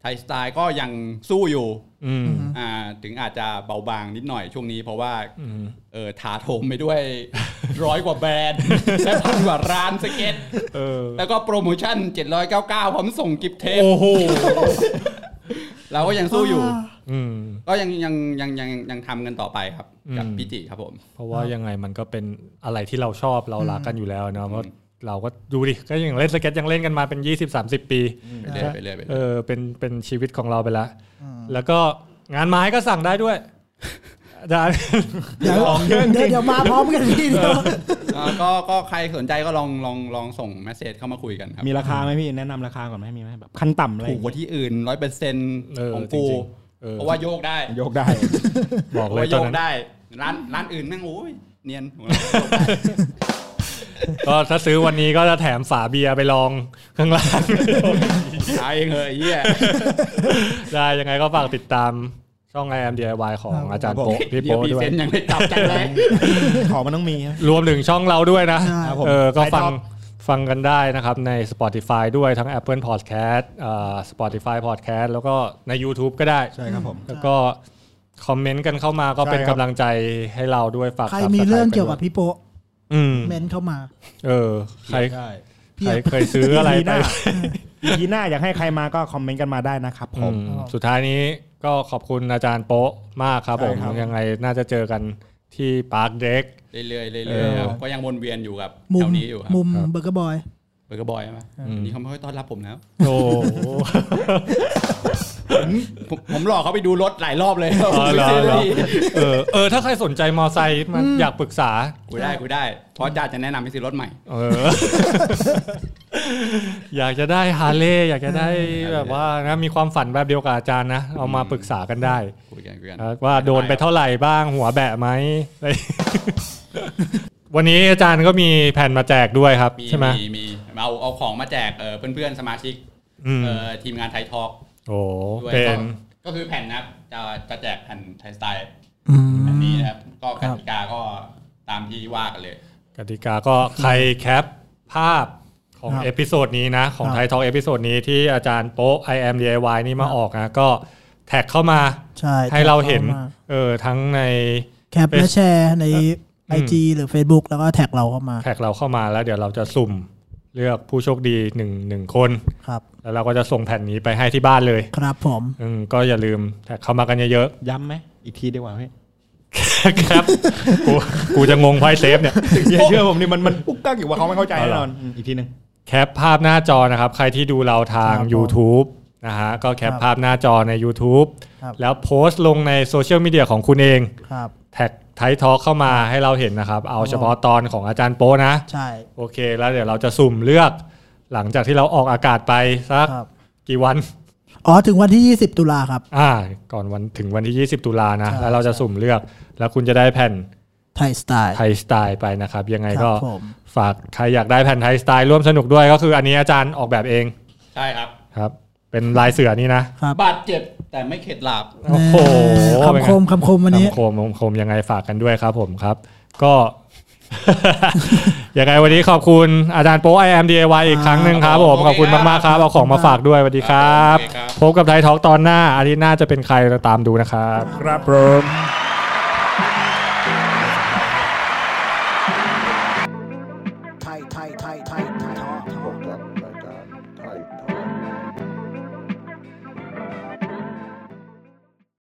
S5: ไทยสไตล์ก็ยังสู้อยู่
S3: อืม
S5: อ่าถึงอาจจะเบาบางนิดหน่อยช่วงนี้เพราะว่า
S3: อืม
S5: เออถาโถมไปด้วย *laughs* ร้อยกว่าแบรนด์ *laughs* และพันกว่าร้านสเก็ต
S3: เออ
S5: แล้วก็โปรโมชั่น 799 พร้อมส่งกิฟต์เทป
S3: โอ้โห
S5: *laughs* เราก็ยังสู้อยู่
S3: อืม
S5: ก็ยังยังยังยังยังทำกันต่อไปครับ กับ
S3: อืม
S5: พี่จิครับผม
S3: เพราะว่ายังไงมันก็เป็นอะไรที่เราชอบเรารักกันอยู่แล้วเนาะเพราะเราก็ดูดิก็ยังเล่นสเก็ตยังเล่นกันมาเป็น 20-30 ปี
S5: ไปเรื่อยไปเรื่อยไป
S3: เอ
S5: เรื่อย
S3: อเป็นเป็นชีวิตของเราไปแล้ว แล้วก็งานไม้ก็สั่งได้
S5: *laughs*
S3: ด้วยอาจารย์
S6: เดี๋ยวเดี๋ยวเดี๋ยวมาพร้อมกันทีเดียว
S5: อ่าก็ก็ใครสนใจก็ลองลองลองส่งเมสเซจเข้ามาคุยกันครับ
S7: มีราคาไหมพี่แนะนำราคาก่อนไหมมีไหมแบบขั้นต่ำอะไร
S5: ถูกกว่าที่อื่นร้อยเปอร์เซ็นต์
S3: เออ
S5: ของกู
S3: จริงๆเออ
S5: เพราะว่าโยกได้
S7: ยกได้
S3: บอกเล
S5: ว่าย โย
S3: ตอน
S5: ก
S3: นั้น
S5: ได้ร้านร้านอื่นแม่งโอ้ยเนียน
S3: *laughs*
S5: หัว
S3: ก็ถ้าซื้อวันนี้ก็จะแถมฝาเบียร์ไปลองข้างล่าง
S5: เราได้ ตายเองเหอะไอ้เหี้ย
S3: ได้ยังไงก็ฝากติดตามช่อง i m DIY ของอาจารย์
S7: ครับผม
S3: โปะพี่โปะ
S5: เหี้ย
S3: ด้
S5: พรี
S3: วย
S5: เซนต์ยังไม่จับใจเลย
S3: *laughs*
S7: ของมันต้องมีนะ
S3: รวมถึงช่องเราด้วยนะ
S7: ครับผม
S3: เออ ก็ฟัง
S7: ใครชอบ
S3: ฟังกันได้นะครับ ใน Spotify ด้วยทั้ง Apple Podcast เอ่อ Spotify Podcast แล้วก็ใน YouTube ก็ได้
S7: ใช่ครับผม
S3: แล้วก็คอมเมนต์กันเข้ามาก็เป็น
S7: ใช่ครับ
S3: กำลังใจให้เราด้วยฝาก
S6: ใคร
S3: Subscribe
S6: มีเรื่องเกี่ยวกับ
S3: ไปด้
S6: พี่โปะ
S3: อืม
S6: เมนเข้ามา
S3: เออ ใคร
S4: ได้
S3: ใครเคยซื้ออะไร
S7: อีพีห
S3: ไป
S7: น้าอีพีหน้าอยากให้ใครมาก็คอมเมนต์กันมาได้นะครับผม
S3: อืมสุดท้ายนี้ก็ขอบคุณอาจารย์โป๊ะมากครับผ
S7: ใช่
S3: ม
S7: ครับ
S3: ยังไงน่าจะเจอกันที่ปาร์คเด็ก
S5: เรื่อยๆ
S3: เอ
S5: เรื่อย
S3: อ
S5: ๆครับก็ยังวนเวียนอยู่กับ
S6: มุ
S5: แถ
S6: ม
S5: วนี้อยู่ครับ
S6: มุมเบอร์เกอร์บอย
S5: เบอร์เกอร์บอยใช่ไหมอันนี้เขาไม่ค่อยต้อนรับผมแล้ว
S3: โอ้โห
S5: ผมผมหลอกเขาไปดูรถหลายรอบเลย
S3: *laughs* อ๋อเหรอ
S5: ไม่ซื้อสักที
S3: เออเออ ถ้าใครสนใจมอไซค์มันอยากปรึกษา
S5: *laughs* กูได้กูได้เพราะจ่าจะแนะนำให้ซื้อรถใหม่
S3: เออ *laughs* อยากจะได้ฮาร์เลย์อยากจะได้แบบว่านะมีความฝันแบบเดียวกับอาจารย์นะ เอามาปรึกษากันได้
S5: คุยกันคุยกัน
S3: ครับว่าโดนไปเท่าไหร่บ้างหัวแบะไหม *laughs* อะไร วันนี้อาจารย์ก็มีแผ่นมาแจกด้วยครับ
S5: มี
S3: ใช่ไหม
S5: มีมีเอาเอาของมาแจกเอ่อเพื่อนๆสมาชิก
S3: อืม
S5: เอ่อทีมงานไทยทอล์ก
S3: โอ้โห
S5: ด้วย
S3: เป็น
S5: ก็ก็คือแผ่นนะครับจะจะแจกแผ่นไทยสไตล์แผ่นนี้นะครับก็กติกาก็ตามที่ว่ากันเลย
S3: กติกาก็ใครแคปภาพของ
S6: ครับ
S3: เอพิโซดนี้นะ ของ
S6: ครับ
S3: ไทยทอ l เอพิโซดนี้ที่อาจารย์โป๊ะ I am DIY นี่มาออกนะ ก็แท็กเข้ามา
S6: ใช่
S3: ให้เราเห็น
S6: แท็กเข้ามา
S3: เออทั้งใน
S6: แคปและแชร์ใน
S3: อืม
S6: IG หรือ Facebook แล้วก็แท็กเราเข้ามา
S3: แท็กเราเข้ามาแล้วเดี๋ยวเราจะสุ่มเลือกผู้โชคดีหนึ่งหนึ่งคน
S6: ครับ
S3: แล้วเราก็จะส่งแผ่นนี้ไปให้ที่บ้านเลย
S6: ครับผม
S3: อืมก็อย่าลืมแท็กเข้ามากันเยอะ
S7: ย้ำไหม อีกทีดีกว่าพี่
S3: ๆ *laughs* ครับกูกูจะงงไพ่เซฟเนี่ย
S7: อย่าเชื่อผมนี่มันมันปุ๊กกัก *laughs* อยู่ว่าเขาไม่เข้าใจแน่นอนอีกทีหนึ่ง
S3: แคปภาพหน้าจอนะครับ ใครที่ดูเราทาง
S6: ครับผม
S3: YouTube นะฮะก็แคปภาพหน้าจอใน YouTube
S6: ครับ
S3: แล้วโพสต์ลงในโซเชียลมีเดียของคุณเอง
S6: ครับ
S3: แท็กไททอเข้ามาให้เราเห็นนะครับ เอาเฉพาะตอนของอาจารย์โป้นะ
S6: ใช่
S3: โอเค แล้วเดี๋ยวเราจะสุ่มเลือก หลังจากที่เราออกอากาศไปสัก
S6: ครับ
S3: กี่วัน
S6: อ๋อ ถึงวันที่ 20 ตุลาครับ
S3: อ่า ก่อนวันถึงวันที่ 20 ตุลานะ
S6: ใช่
S3: แล้วเราจะสุ่มเลือก แล้วคุณจะได้แผ่น
S6: ไทยสไตล์
S3: ไทยสไตล์ไปนะครับ ยังไง
S6: ครับ
S3: ก็
S6: ผม
S3: ฝากใครอยากได้แผ่นไทยสไตล์ร่วมสนุกด้วยก็คืออันนี้อาจารย์ออกแบบเอง
S5: ใช่ครับ
S3: ครับ เป็นลายเสือนี่นะ
S6: ครับ
S5: บาดเจ็บแต่ไม่เข็ดหลาบ
S3: โอ้โห
S6: แน่คำคมคำคมวันนี้
S3: คำคมคำคมยังไงฝากกันด้วยครับผมครับ ก็ *laughs* ยังไงวันนี้ขอบคุณอาจารย์โป๊ไอแอมดีไอีกครั้งหนึ่งครับผมขอบคุณมากๆครับ เอาของมาฝากด้วยสวัสดีครับ
S5: โอเคครับ
S3: พบกับไทยทอล์กตอนหน้าอาทิตย์หน้าจะเป็นใครเราตามดูนะครับ
S7: ครับผม